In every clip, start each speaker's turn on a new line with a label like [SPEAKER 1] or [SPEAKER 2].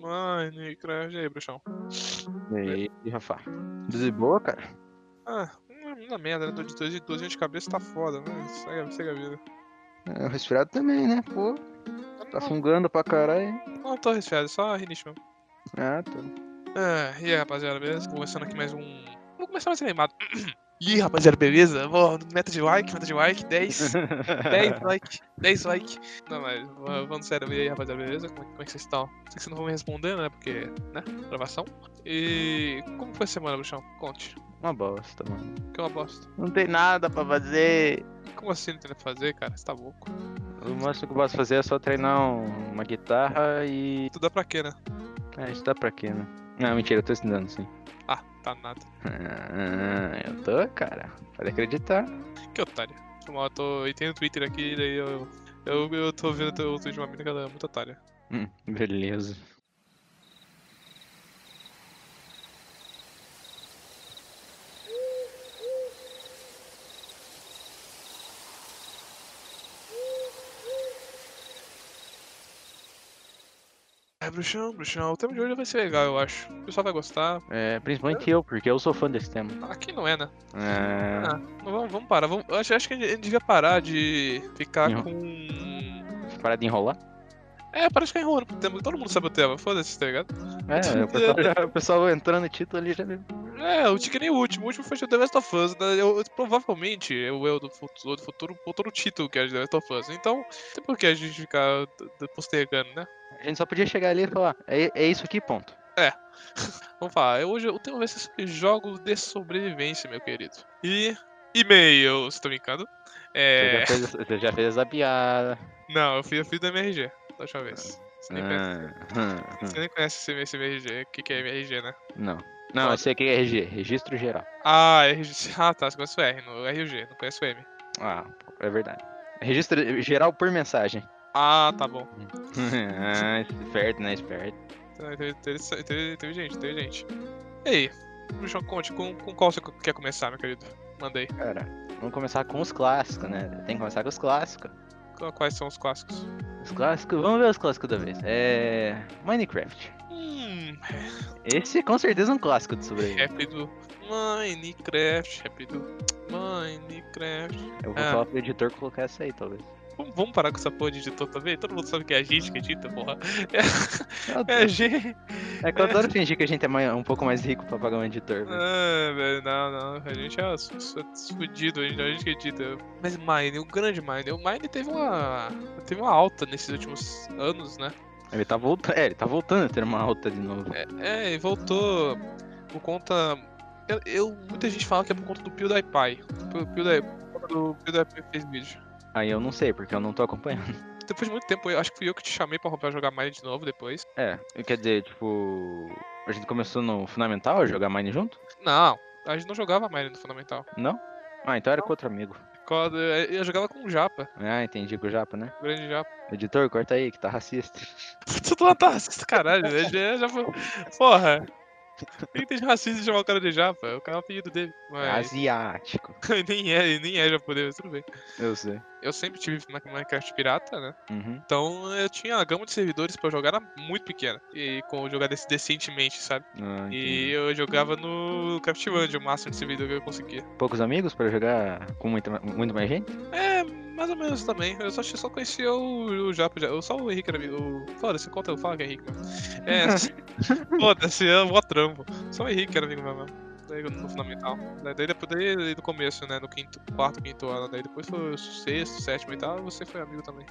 [SPEAKER 1] Minecraft é, aí, bruxão.
[SPEAKER 2] E aí, Rafa? Desboa, cara?
[SPEAKER 1] Ah, hum, na merda, né? Tô de 2 de 12 de cabeça, tá foda, mas segue, segue a vida.
[SPEAKER 2] É, o resfriado também, né? Pô, tá fungando pra caralho.
[SPEAKER 1] Não, não tô resfriado, é só rinite mesmo.
[SPEAKER 2] Ah, tá.
[SPEAKER 1] Ah, e aí, rapaziada, beleza? Começando aqui mais um. Vou começar mais animado. E aí, rapaziada, beleza? Vou, meta de like, meta de like, 10. 10 like, 10 like. Não, mas v- vamos sério, e aí, rapaziada, beleza? Como é, como é que vocês estão? Sei que vocês não vão me responder, né? Porque, né? Gravação. E como foi a semana, Bruxão? Conte.
[SPEAKER 2] Uma bosta, mano.
[SPEAKER 1] Que é uma bosta.
[SPEAKER 2] Não tem nada pra fazer.
[SPEAKER 1] Como assim não tem nada pra fazer, cara? Você tá louco.
[SPEAKER 2] O máximo que eu posso fazer é só treinar um- uma guitarra e.
[SPEAKER 1] Tu dá pra quê, né?
[SPEAKER 2] É, isso dá pra quê, né? Não, mentira, eu tô estudando sim.
[SPEAKER 1] Ah, tá nada.
[SPEAKER 2] Ah, eu tô, cara. Pode acreditar.
[SPEAKER 1] Que otário. Foi mal, Eu tô. E tem no Twitter aqui, daí eu. Eu, eu tô vendo o teu- o tweet de uma mina que ela é muito otária.
[SPEAKER 2] Hum, beleza.
[SPEAKER 1] É, bruxão, bruxão. O tema de hoje vai ser legal, eu acho. O pessoal vai gostar.
[SPEAKER 2] É, principalmente eu, porque eu sou fã desse tema.
[SPEAKER 1] Aqui não é, né?
[SPEAKER 2] É,
[SPEAKER 1] Ah, não, vamos, vamos parar. Vamos, eu acho, acho que a gente devia parar de ficar
[SPEAKER 2] Não.
[SPEAKER 1] com.
[SPEAKER 2] para de enrolar.
[SPEAKER 1] É, para de ficar enrolando pro tema. Todo mundo sabe o tema. Foda-se, tá ligado?
[SPEAKER 2] É, o pessoal, já- o pessoal entrando no título ali já me.
[SPEAKER 1] É, eu tinha nem o último. O último foi de The Last of Us. Né? Eu, eu- provavelmente o eu do futuro, do futuro botou no título que é de The Last of Us. Então, tem por que a gente ficar d- d- postergando, né?
[SPEAKER 2] A gente só podia chegar ali e falar: é, é isso aqui, ponto.
[SPEAKER 1] Vamos falar, eu- hoje o tema vai ser sobre jogos de sobrevivência, meu querido. E e-mails, tô brincando?
[SPEAKER 2] Você,
[SPEAKER 1] É.
[SPEAKER 2] já fez, você já fez essa piada.
[SPEAKER 1] Não, eu fiz, eu fiz do MRG da última vez. Você nem, conhece,
[SPEAKER 2] Ah, hum,
[SPEAKER 1] você nem conhece esse, esse MRG, o que, que é MRG, né?
[SPEAKER 2] hum. Não. Não, esse aqui é RG, Registro Geral.
[SPEAKER 1] Ah, RG. Ah, tá, você conhece o R, no RG, não conhece o M.
[SPEAKER 2] Ah, pô, é verdade. Registro geral por mensagem.
[SPEAKER 1] Ah, tá bom.
[SPEAKER 2] ah, esperto, né? Esperto.
[SPEAKER 1] Então, inte- interessa- inte- Inteligente, inteligente. E aí, Bruxão, conte, com, com qual você quer começar, meu querido? Mandei.
[SPEAKER 2] Cara, vamos começar com os clássicos, né? Tem que começar com os clássicos.
[SPEAKER 1] Quais são os clássicos?
[SPEAKER 2] Os clássicos, vamos ver os clássicos da vez. É. Minecraft.
[SPEAKER 1] Hum,
[SPEAKER 2] Esse com certeza é um clássico de sobrevivência.
[SPEAKER 1] Rap do Minecraft, rap do Minecraft.
[SPEAKER 2] Eu vou
[SPEAKER 1] Ah.
[SPEAKER 2] falar pro editor colocar essa aí, talvez.
[SPEAKER 1] Vamos, vamos parar com essa porra de editor também? Todo mundo sabe que é a gente que edita, porra. É
[SPEAKER 2] Eu
[SPEAKER 1] a
[SPEAKER 2] adoro-
[SPEAKER 1] gente.
[SPEAKER 2] É que eu adoro fingir que a gente é mai- um pouco mais rico pra pagar um editor. velho.
[SPEAKER 1] Ah, velho, não, não. A gente é su- su- fudido, a gente, a gente que edita. Mas Mine, o grande Mine. O Mine teve uma. teve uma alta nesses últimos anos, né?
[SPEAKER 2] Ele tá voltando. É, ele tá voltando a ter uma alta de novo.
[SPEAKER 1] É, e voltou por conta. Eu, eu- muita gente fala que é por conta do PewDiePie. Pelo PewDie- Por conta do PewDiePie que fez vídeo.
[SPEAKER 2] Aí eu não sei, porque eu não tô acompanhando.
[SPEAKER 1] Depois de Então, muito tempo, eu acho que fui eu que te chamei pra, pra jogar Mine de novo depois.
[SPEAKER 2] É, quer dizer, tipo. A gente começou no Fundamental a jogar Mine junto?
[SPEAKER 1] Não, a gente não jogava Mine no Fundamental.
[SPEAKER 2] Não? Ah, então era com outro amigo.
[SPEAKER 1] Quando- Eu eu jogava com o Japa,
[SPEAKER 2] Ah, entendi com o Japa, né?
[SPEAKER 1] o grande Japa.
[SPEAKER 2] Editor, corta aí, que tá racista.
[SPEAKER 1] Tudo lá tá racista, caralho, né? Já, já foi... Porra! Tem que ter racista de chamar o cara de Japa, o cara é o apelido dele.
[SPEAKER 2] Ah,
[SPEAKER 1] Mas
[SPEAKER 2] Asiático.
[SPEAKER 1] nem é, ele nem é japonês, mas tudo bem.
[SPEAKER 2] Eu sei.
[SPEAKER 1] Eu sempre tive Ma- Minecraft pirata, né?
[SPEAKER 2] Uhum.
[SPEAKER 1] Então eu tinha a gama de servidores pra eu jogar era muito pequena. E com jogar desse decentemente, sabe?
[SPEAKER 2] Ah,
[SPEAKER 1] E
[SPEAKER 2] entendi.
[SPEAKER 1] eu jogava no Craftland, o máximo de servidor que eu conseguia.
[SPEAKER 2] Poucos amigos pra jogar com muita, muito mais gente?
[SPEAKER 1] É, mais ou menos também. Eu só, eu só conhecia o, o Japa, já- eu só o Henrique era amigo. o- Foda-se, conta, eu falo que é Henrique mesmo. É, foda-se, é mó trampo. Só o Henrique era amigo meu mesmo. Daí no fundamental. Daí, daí depois daí, no começo, né? No quinto, quarto, quinto ano. Daí depois foi o sexto, sétimo e tal, você foi amigo também.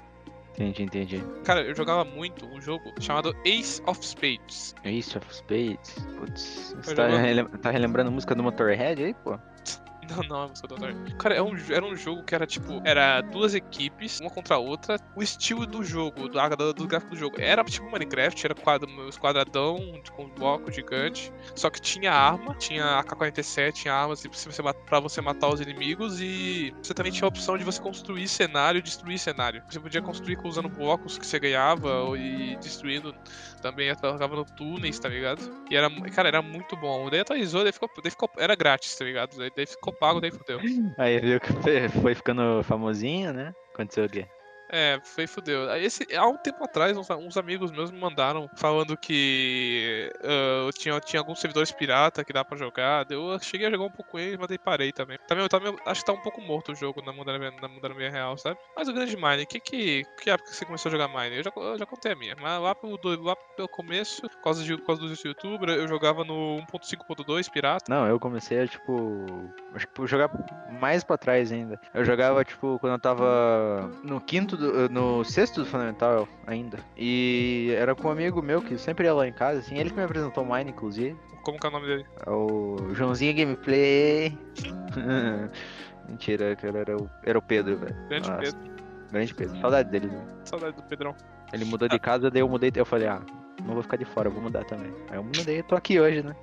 [SPEAKER 2] Entendi, entendi.
[SPEAKER 1] Cara, eu jogava muito um jogo chamado Ace of Spades.
[SPEAKER 2] Isso, of Spades. Putz, você
[SPEAKER 1] Eu
[SPEAKER 2] tá,
[SPEAKER 1] jogo-
[SPEAKER 2] relem- tá relembrando a música do Motorhead aí, pô?
[SPEAKER 1] Não, não, é música do Dark. Cara, é um jo- era um jogo que era tipo, era duas equipes, uma contra a outra. O estilo do jogo, do, do, do gráfico do jogo, era tipo Minecraft, era quadro, os quadradão de- com bloco gigante. Só que tinha arma, tinha AK-47, tinha armas e se você ma- pra você matar os inimigos. E você também tinha a opção de você construir cenário e destruir cenário. Você podia construir usando blocos que você ganhava ou- e destruindo também atacava no túneis, tá ligado? E era, mu- cara, era muito bom. Daí atualizou, daí ficou, daí ficou, era grátis, tá ligado? Daí, daí ficou pago, daí fudeu.
[SPEAKER 2] Aí viu que foi- foi ficando famosinho, né? Aconteceu o quê?
[SPEAKER 1] É, foi fudeu. Aí Esse, há um tempo atrás, uns, uns amigos meus me mandaram falando que ah, eu tinha, tinha alguns servidores pirata que dá pra jogar. Eu cheguei a jogar um pouco com eles, mas daí parei também. Também, também acho que tá um pouco morto o jogo na modernidade, na modernidade real, sabe? Mas o grande Mine, que que, que época que você começou a jogar Mine? Eu já, eu já contei a minha. Mas lá pelo, do- lá pelo começo, por causa, de, por causa dos youtubers, eu jogava no 1.5.2 pirata.
[SPEAKER 2] Não, eu comecei a, tipo. Acho que por jogar mais pra trás ainda. Eu jogava, tipo, quando eu tava no quinto do, no sexto do Fundamental ainda. E era com um amigo meu que sempre ia lá em casa, assim, ele que me apresentou o Mine, inclusive.
[SPEAKER 1] Como que é o nome dele?
[SPEAKER 2] É O Joãozinho Gameplay. Mentira, cara, era o, era o Pedro, velho.
[SPEAKER 1] Grande
[SPEAKER 2] Nossa,
[SPEAKER 1] Pedro.
[SPEAKER 2] Grande Pedro. Saudade dele, velho.
[SPEAKER 1] Saudade do Pedrão.
[SPEAKER 2] Ele mudou de casa, daí eu mudei, eu falei, ah, não vou ficar de fora, eu vou mudar também. Aí eu mudei, tô aqui hoje, né?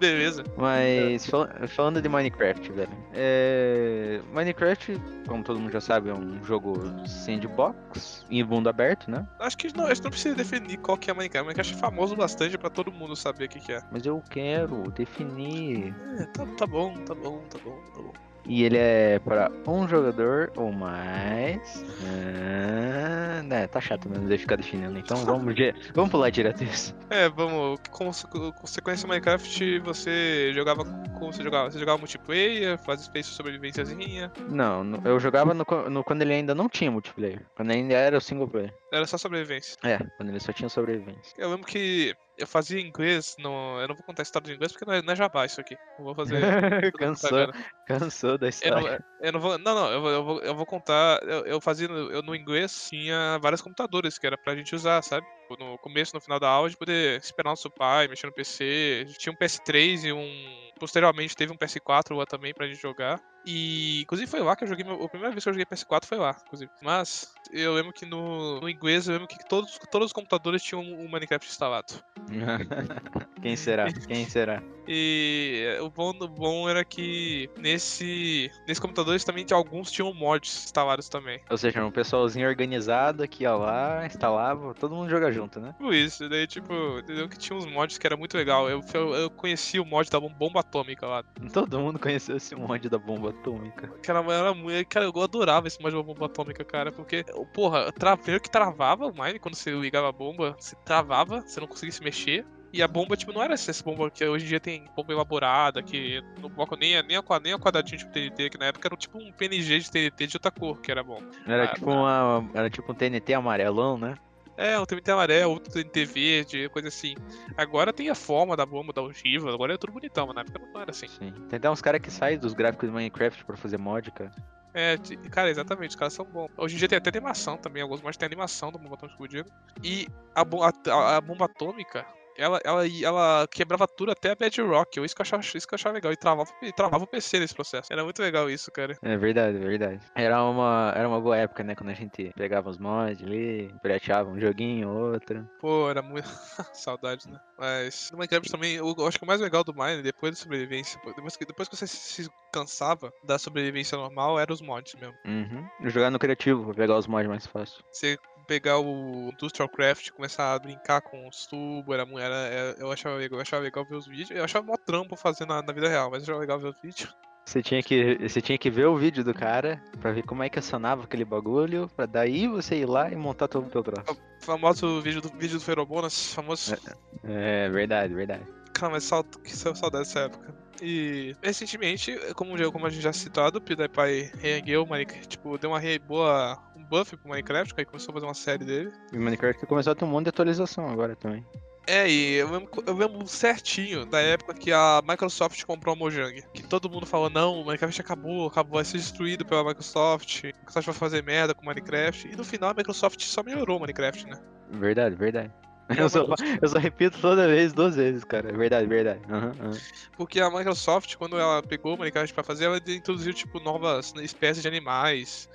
[SPEAKER 1] Beleza.
[SPEAKER 2] Mas
[SPEAKER 1] É.
[SPEAKER 2] fal- falando de Minecraft, velho. É... Minecraft, como todo mundo já sabe, é um jogo sandbox em mundo aberto, né?
[SPEAKER 1] Acho que não, a gente não precisa definir qual que é Minecraft. Minecraft é famoso bastante pra todo mundo saber o que, que é.
[SPEAKER 2] Mas eu quero definir.
[SPEAKER 1] É, tá, tá bom, tá bom, tá bom, tá bom.
[SPEAKER 2] E ele é para um jogador ou mais. Ah, né, tá chato mesmo de ficar definindo. Então vamos, dire- vamos pular direto isso.
[SPEAKER 1] É, vamos. Como se- como você conhece Minecraft, você jogava. Como você jogava? Você jogava multiplayer, fazia space sobrevivênciazinha.
[SPEAKER 2] Não, no- eu jogava no co- no- quando ele ainda não tinha multiplayer. Quando ainda era o single player.
[SPEAKER 1] Era só sobrevivência.
[SPEAKER 2] É, quando ele só tinha sobrevivência.
[SPEAKER 1] Eu lembro que eu fazia inglês. No, eu não vou contar a história de inglês porque não é, não é jabá isso aqui. Não vou fazer. tá
[SPEAKER 2] cansou, cansou da
[SPEAKER 1] Eu não,
[SPEAKER 2] história.
[SPEAKER 1] eu não vou. Não, não, eu vou, eu vou, eu vou contar. Eu, eu fazia no, eu no inglês, tinha vários computadores que era pra gente usar, sabe? Tipo, No começo, no final da aula, de poder esperar nosso pai, mexer no PC. Tinha um PS3 e um. Posteriormente teve um PS4 lá também pra gente jogar. E inclusive foi lá que eu joguei. Meu, a primeira vez que eu joguei PS4 foi lá, inclusive. Mas eu lembro que no, no inglês eu lembro que todos, todos os computadores tinham o Minecraft instalado. é.
[SPEAKER 2] Quem será? Quem será?
[SPEAKER 1] E é, o bom, o bom era que nesse, nesse computador eles também tinha- alguns tinham mods instalados também.
[SPEAKER 2] Ou seja, um pessoalzinho organizado que ia lá, instalava, todo mundo joga junto, né?
[SPEAKER 1] Tipo isso, daí tipo, entendeu? Que tinha uns mods que era muito legal. Eu, eu, eu conheci o mod da bom- bomba atômica lá.
[SPEAKER 2] Todo mundo conheceu esse mod da bomba atômica.
[SPEAKER 1] Cara, era, muito- cara, eu adorava esse mod da bomba atômica, cara, porque, porra, tra- primeiro que travava o Mine quando você ligava a bomba, você travava, você não conseguia se mexer. E a bomba, tipo, não era essa essa bomba que hoje em dia tem bomba elaborada, que no bloco nem, é- nem, a, nem a quadradinho tipo TNT, que na época era tipo um PNG de TNT de outra cor, que era bom.
[SPEAKER 2] Era,
[SPEAKER 1] Ah,
[SPEAKER 2] tipo, uma, era tipo um TNT amarelão, né?
[SPEAKER 1] É, um TNT amarelo, outro TNT verde, coisa assim. Agora tem a forma da bomba, da ogiva, agora é tudo bonitão, mas na época não era assim.
[SPEAKER 2] Sim. Tem até uns caras que saem dos gráficos do Minecraft pra fazer mod, cara.
[SPEAKER 1] É, ti- cara, exatamente, os caras são bons. Hoje em dia tem até animação também, alguns mais tem animação da bomba atômica explodindo. E a, bo- a- a- a bomba atômica, ela, ela, ela quebrava tudo até a Bedrock, isso que eu achava, isso que eu achava legal, e travava, e travava o PC nesse processo. Era muito legal isso, cara.
[SPEAKER 2] É verdade, é verdade. Era uma, era uma boa época, né? Quando a gente pegava os mods ali, pirateava um joguinho, outro.
[SPEAKER 1] Pô, era muito. Saudade, né? Mas no Minecraft também, eu eu acho que o mais legal do Mine, depois da sobrevivência, pô, depois que, depois que você se cansava da sobrevivência normal, eram os mods mesmo.
[SPEAKER 2] Uhum. Jogar no criativo, pra pegar os mods mais fácil.
[SPEAKER 1] Você pegar o Industrial Craft, começar a brincar com os tubos, era, mu- era, era- eu, achava legal, eu achava legal ver os vídeos. Eu achava mó trampo fazer na, na vida real, mas eu achava legal ver os vídeos.
[SPEAKER 2] Você tinha, que, você tinha que ver o vídeo do cara pra ver como é que acionava aquele bagulho, pra daí você ir lá e montar todo o teu troço.
[SPEAKER 1] Famoso vídeo do, vídeo do Feromonas, famoso.
[SPEAKER 2] É, verdade, verdade.
[SPEAKER 1] Cara, mas sal- é que sa- saudade dessa época. E recentemente, como, já- como a gente já citado, o PewDiePie reergueu o Minecraft, tipo, deu uma re- boa um buff pro Minecraft, que aí começou a fazer uma série dele.
[SPEAKER 2] E o Minecraft começou a ter um monte de atualização agora também.
[SPEAKER 1] É, e eu lembro, co- eu lembro certinho da época que a Microsoft comprou a Mojang. Que todo mundo falou, não, o Minecraft acabou, acabou, vai ser destruído pela Microsoft, a Microsoft vai fazer merda com o Minecraft. E no final a Microsoft só melhorou o Minecraft, né?
[SPEAKER 2] Verdade, verdade.
[SPEAKER 1] É,
[SPEAKER 2] Eu só, fa- eu só repito toda vez, duas vezes, cara. É Verdade, verdade. Aham, aham.
[SPEAKER 1] Porque a Microsoft, quando ela pegou o Minecraft pra fazer, ela introduziu, tipo, novas espécies de animais.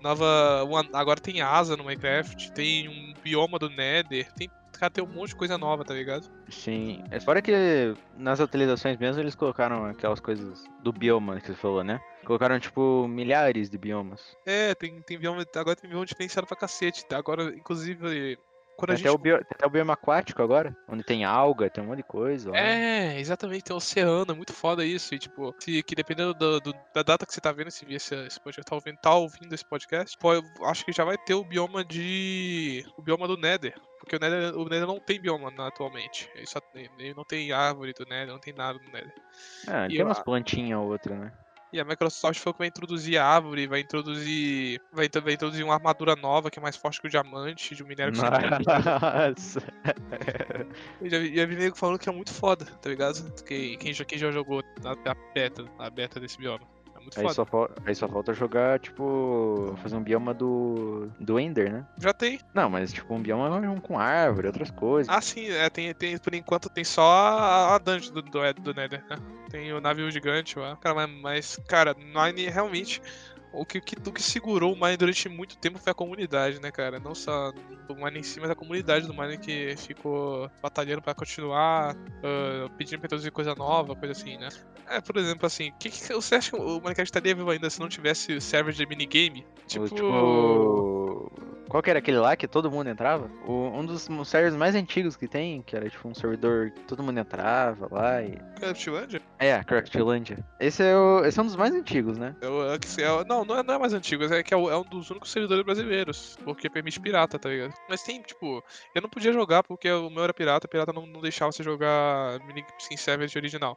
[SPEAKER 1] Nova. uma- agora tem asa no Minecraft, tem um bioma do Nether, tem. Cara, tem um monte de coisa nova, tá ligado?
[SPEAKER 2] Sim. É Fora que nas atualizações mesmo eles colocaram aquelas coisas do bioma que você falou, né? Colocaram, tipo, milhares de biomas.
[SPEAKER 1] É, tem, tem bioma. Agora tem bioma diferenciado pra cacete. tá? Agora, inclusive, Quando
[SPEAKER 2] Tem
[SPEAKER 1] a
[SPEAKER 2] até,
[SPEAKER 1] gente...
[SPEAKER 2] o bio- tem até o bioma aquático agora, onde tem alga, tem um monte de coisa. lá.
[SPEAKER 1] É, exatamente, tem oceano, é muito foda isso. E tipo, se, que dependendo do- do- da data que você tá vendo, se esse, esse podcast tá ouvindo, tá ouvindo esse podcast, pô, eu acho que já vai ter o bioma de. o bioma do Nether. Porque o Nether, o Nether não tem bioma na- atualmente. Ele, só, tem- ele não tem árvore do Nether, não tem nada do Nether.
[SPEAKER 2] Ah,
[SPEAKER 1] e
[SPEAKER 2] tem
[SPEAKER 1] eu-
[SPEAKER 2] umas plantinhas ou outra, né?
[SPEAKER 1] E a Microsoft falou que vai introduzir a árvore, vai introduzir. Vai, intra- vai introduzir uma armadura nova que é mais forte que o diamante, de um minério que você tem.
[SPEAKER 2] Nossa.
[SPEAKER 1] Eu já, vi- já vi nego falando que é muito foda, tá ligado? Quem, quem, já, quem já jogou a, a beta, a beta desse bioma. É muito
[SPEAKER 2] Aí
[SPEAKER 1] foda.
[SPEAKER 2] só, fal- aí só falta jogar, tipo, fazer um bioma do, do Ender, né?
[SPEAKER 1] Já tem.
[SPEAKER 2] Não, mas tipo, um bioma um com árvore, outras coisas.
[SPEAKER 1] Ah, sim, é, tem, tem, por enquanto tem só a, a dungeon do, do, do Nether, né? Tem o navio gigante lá. Cara, mas, mas, cara, Nine realmente. O que, que, o que segurou o Mine durante muito tempo foi a comunidade, né, cara? Não só do Mine em si, mas a comunidade do Mine que ficou batalhando pra continuar, ah, pedindo pra introduzir coisa nova, coisa assim, né? É, por exemplo, assim, que que, você acha que o Minecraft estaria vivo ainda se não tivesse server de minigame? Tipo,
[SPEAKER 2] Ou, tipo... Qual que era aquele lá que todo mundo entrava? O- um dos servers mais antigos que tem, que era tipo um servidor que todo mundo entrava lá e.
[SPEAKER 1] Craftlândia?
[SPEAKER 2] É, Craftlandia. Esse é, o, esse é um dos mais antigos, né?
[SPEAKER 1] É o- é que se- é o- não, não é, não é mais antigo, é que é, o- é um dos únicos servidores brasileiros, porque permite pirata, tá ligado? Mas tem, tipo, eu não podia jogar porque o meu era pirata, pirata não, não deixava você jogar mini skin server de original.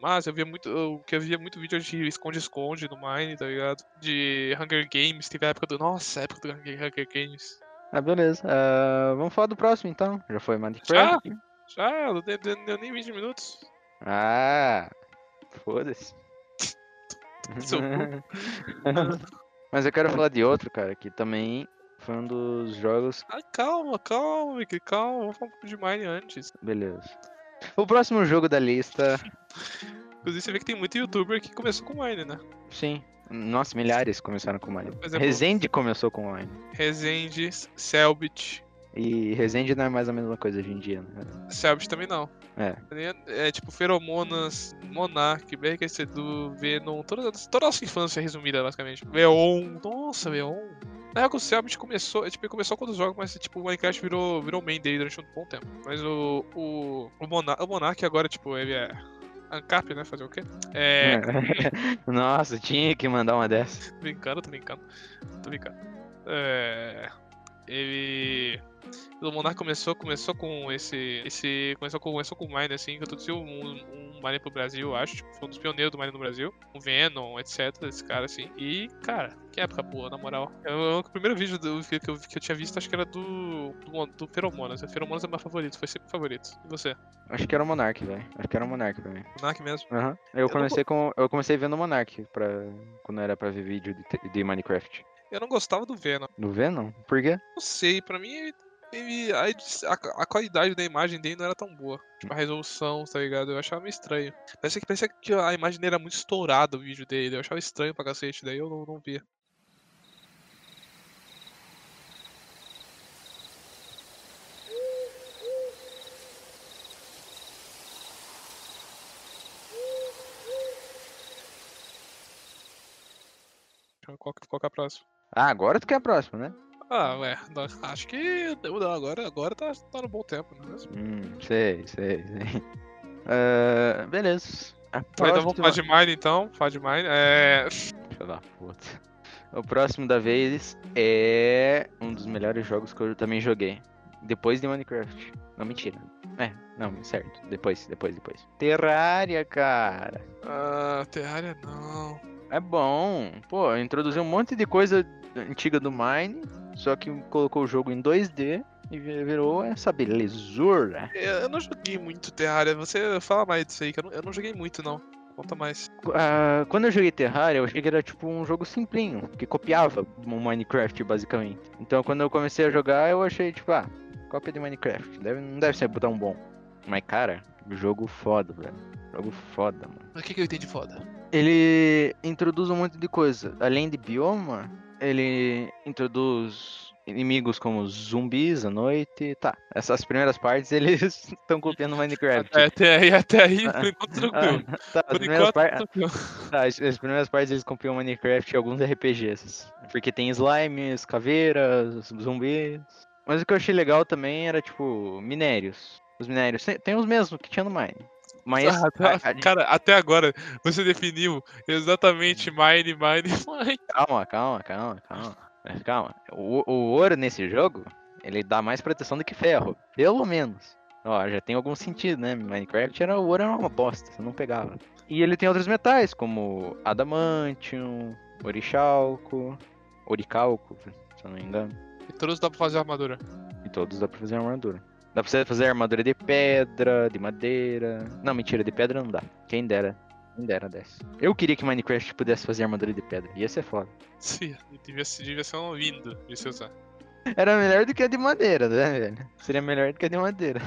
[SPEAKER 1] Mas eu via muito, eu, que eu via muito vídeo de esconde-esconde no Mine, tá ligado? De Hunger Games, teve a época do. Nossa, a época do Hunger Hunger Games.
[SPEAKER 2] Ah, beleza. Ah, vamos falar do próximo então. Já foi
[SPEAKER 1] Já?
[SPEAKER 2] Minecraft?
[SPEAKER 1] Já, não deu, deu- deu nem 20 minutos.
[SPEAKER 2] Ah! Foda-se.
[SPEAKER 1] Seu cu.
[SPEAKER 2] Mas eu quero falar de outro, cara, que também foi um dos jogos.
[SPEAKER 1] Ah, calma, calma, Mickey, calma, vamos falar um pouco de Mine antes.
[SPEAKER 2] Beleza. O próximo jogo da lista.
[SPEAKER 1] Inclusive, você vê que tem muito youtuber que começou com Mine, né?
[SPEAKER 2] Sim. Nossa, milhares começaram com Mine.
[SPEAKER 1] Por exemplo,
[SPEAKER 2] Resende começou com Mine.
[SPEAKER 1] Resende, Selbit.
[SPEAKER 2] E Resende não é mais a mesma coisa hoje em dia, né?
[SPEAKER 1] Selbit também não.
[SPEAKER 2] É.
[SPEAKER 1] É, tipo Feromonas, Monark, BRQC do Venom, toda, toda a nossa infância resumida, basicamente. Leon, nossa, Leon. Na real que o Selbit começou, é, tipo, ele começou quando os jogos, mas tipo, o Minecraft virou, virou main dele durante um bom tempo. Mas o. O, o, Monark, o Monark agora, tipo, ele é. Ancap, né? Fazer o quê? É.
[SPEAKER 2] Nossa, tinha que mandar uma dessa.
[SPEAKER 1] Tô brincando, tô brincando. Tô brincando. É. Ele. O Monark começou, começou com esse. esse começou, com, começou com o Mine, assim, que introduziu um, um Mine pro Brasil, eu acho. Tipo, foi um dos pioneiros do Mine no Brasil. O Venom, etc. Esse cara, assim. E, cara, que época boa, na moral. Eu- eu- o primeiro vídeo do- que, que eu, que eu tinha visto, acho que era do. do, Mon- do Feromonas. O Feromonas é meu favorito, foi sempre meu favorito. E você?
[SPEAKER 2] Acho que era o Monark, velho. Acho que era o Monark pra mim.
[SPEAKER 1] Monark mesmo?
[SPEAKER 2] Aham.
[SPEAKER 1] não
[SPEAKER 2] Eu comecei com. Eu comecei vendo o Monark pra... quando era pra ver vídeo de, te- de Minecraft.
[SPEAKER 1] Eu não gostava do Venom.
[SPEAKER 2] Do Venom? Por quê?
[SPEAKER 1] Não sei, pra mim ele- ele- a, edi- a- a qualidade da imagem dele não era tão boa. Tipo, a resolução, tá ligado? Eu achava meio estranho. Parecia que, parecia que a imagem dele era muito estourada, o vídeo dele. Eu achava estranho pra cacete, daí eu não, não via. Deixa eu- Qual, que- qual que é a próxima?
[SPEAKER 2] Ah, agora tu quer a próxima, né?
[SPEAKER 1] Ah, ué, não, acho que não, não, agora, agora tá, tá no bom tempo, não é mesmo?
[SPEAKER 2] Hum, sei, sei, sei. Ah, beleza. A
[SPEAKER 1] Tá, então vamos
[SPEAKER 2] próxima-
[SPEAKER 1] falar de Mine então, falar de Mine. É.
[SPEAKER 2] Filha da puta. O próximo da vez é um dos melhores jogos que eu também joguei. Depois de Minecraft. Não, mentira. É, não, certo. Depois, depois, depois. Terraria, cara.
[SPEAKER 1] Ah, Terraria não.
[SPEAKER 2] É bom. Pô, introduziu um monte de coisa antiga do Mine, só que colocou o jogo em 2D e vi- virou essa belezura.
[SPEAKER 1] Eu, eu não joguei muito Terraria, você fala mais disso aí, que eu não, eu não joguei muito não. Conta mais.
[SPEAKER 2] Qu- ah, quando eu joguei Terraria, eu achei que era tipo um jogo simplinho, que copiava o Minecraft basicamente. Então quando eu comecei a jogar, eu achei tipo, ah, cópia de Minecraft, deve, não deve ser tão bom. Mas cara, jogo foda, velho. Jogo foda, mano.
[SPEAKER 1] O que, que eu entendi de foda?
[SPEAKER 2] Ele introduz um monte de coisa. Além de bioma, ele introduz inimigos como zumbis à noite. Tá, essas primeiras partes eles estão copiando Minecraft.
[SPEAKER 1] Até, até aí, até aí, por enquanto tranquilo.
[SPEAKER 2] Ah, tá, as
[SPEAKER 1] É, Por
[SPEAKER 2] primeiras
[SPEAKER 1] enquanto,
[SPEAKER 2] par-
[SPEAKER 1] tranquilo.
[SPEAKER 2] Tá, as, as primeiras partes eles copiam Minecraft e alguns RPGs. Porque tem slimes, caveiras, zumbis. Mas o que eu achei legal também era, tipo, minérios. Os minérios. Tem, tem os mesmos que tinha no Mine. Mas.
[SPEAKER 1] Ah, tá.
[SPEAKER 2] a- a-
[SPEAKER 1] Cara, até agora você definiu exatamente mine, mine, mine.
[SPEAKER 2] calma, calma, calma, calma. Mas Calma. O, o ouro nesse jogo, ele dá mais proteção do que ferro. Pelo menos. Ó, já tem algum sentido, né? Minecraft era o ouro era uma bosta, você não pegava. E ele tem outros metais, como adamantium, orichalco, oricalco, se eu não me engano.
[SPEAKER 1] E todos dá pra fazer armadura.
[SPEAKER 2] E todos dá pra fazer armadura. Dá pra você fazer armadura de pedra, de madeira. Não, mentira, de pedra não dá. Quem dera. Quem dera desse. Eu queria que Minecraft pudesse fazer armadura de pedra. Ia ser foda.
[SPEAKER 1] Sim, devia, ser- devia ser um lindo de se usar.
[SPEAKER 2] Era melhor do que a de madeira, né, velho? Seria melhor do que a de madeira.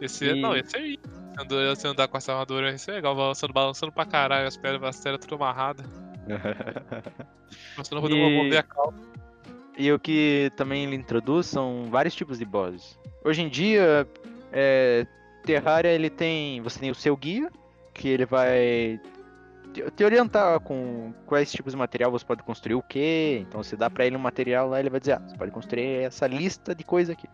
[SPEAKER 1] Esse, Não,
[SPEAKER 2] E-
[SPEAKER 1] esse é lindo. Andar, você andar com essa armadura, isso é legal, balançando, balançando pra caralho, as pedras, as pedras tudo amarradas. Você não poder
[SPEAKER 2] E- tá
[SPEAKER 1] mover a calça.
[SPEAKER 2] e o que também ele introduz são vários tipos de bosses. Hoje em dia, é, Terraria ele tem. Você tem o seu guia, que ele vai te te orientar com quais tipos de material você pode construir o quê. Então você dá pra ele um material lá, ele vai dizer, ah, você pode construir essa lista de coisa aqui.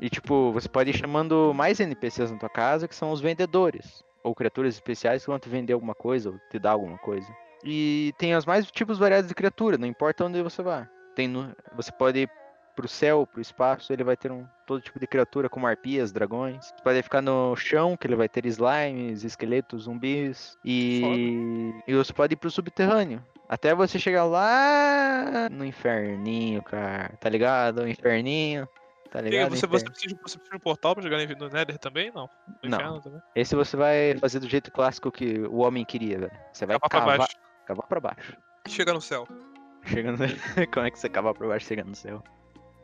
[SPEAKER 2] E tipo, você pode ir chamando mais NPCs na tua casa, que são os vendedores. Ou criaturas especiais que vão te vender alguma coisa, ou te dar alguma coisa. E tem os mais tipos variados de criatura, não importa onde você vá. Tem no- Você pode ir pro céu, pro espaço, ele vai ter um... todo tipo de criatura, como arpias, dragões. Você pode ficar no chão, que ele vai ter slimes, esqueletos, zumbis. E, e você pode ir pro subterrâneo. Até você chegar lá no inferninho, cara. Tá ligado? O inferninho. Tá
[SPEAKER 1] Tem-
[SPEAKER 2] ligado?
[SPEAKER 1] Você,
[SPEAKER 2] Inferno.
[SPEAKER 1] você, precisa, você precisa de um portal pra jogar no Nether também? Não. No
[SPEAKER 2] Não.
[SPEAKER 1] inferno também?
[SPEAKER 2] Esse você vai fazer do jeito clássico que o homem queria, velho. Você vai
[SPEAKER 1] Acabar É pra
[SPEAKER 2] cavar,
[SPEAKER 1] baixo.
[SPEAKER 2] cavar pra baixo.
[SPEAKER 1] E chegar no céu.
[SPEAKER 2] Chegando... Como é que você cavar pra baixo chegando no céu?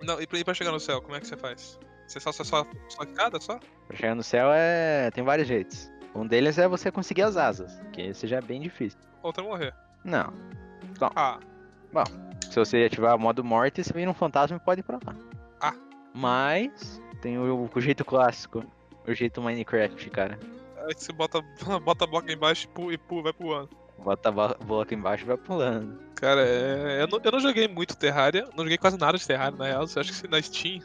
[SPEAKER 1] Não, e pra, e pra chegar no céu, como é que você faz? Você só, só, só, só escada só?
[SPEAKER 2] Pra chegar no céu é... tem vários jeitos. Um deles é você conseguir as asas, que esse já é bem difícil.
[SPEAKER 1] Ou até morrer?
[SPEAKER 2] Não.
[SPEAKER 1] Ah,
[SPEAKER 2] Se você ativar o modo morte, você vira um fantasma e pode ir pra lá.
[SPEAKER 1] Ah.
[SPEAKER 2] Mas tem o, o jeito clássico. O jeito Minecraft, cara.
[SPEAKER 1] aí você bota, bota a bloco embaixo e pula, e pula, vai pulando.
[SPEAKER 2] Bota a bo- bloco embaixo e vai pulando.
[SPEAKER 1] Cara, é, eu, não, eu não joguei muito Terraria, não joguei quase nada de Terraria, na real. Acho que se na Steam,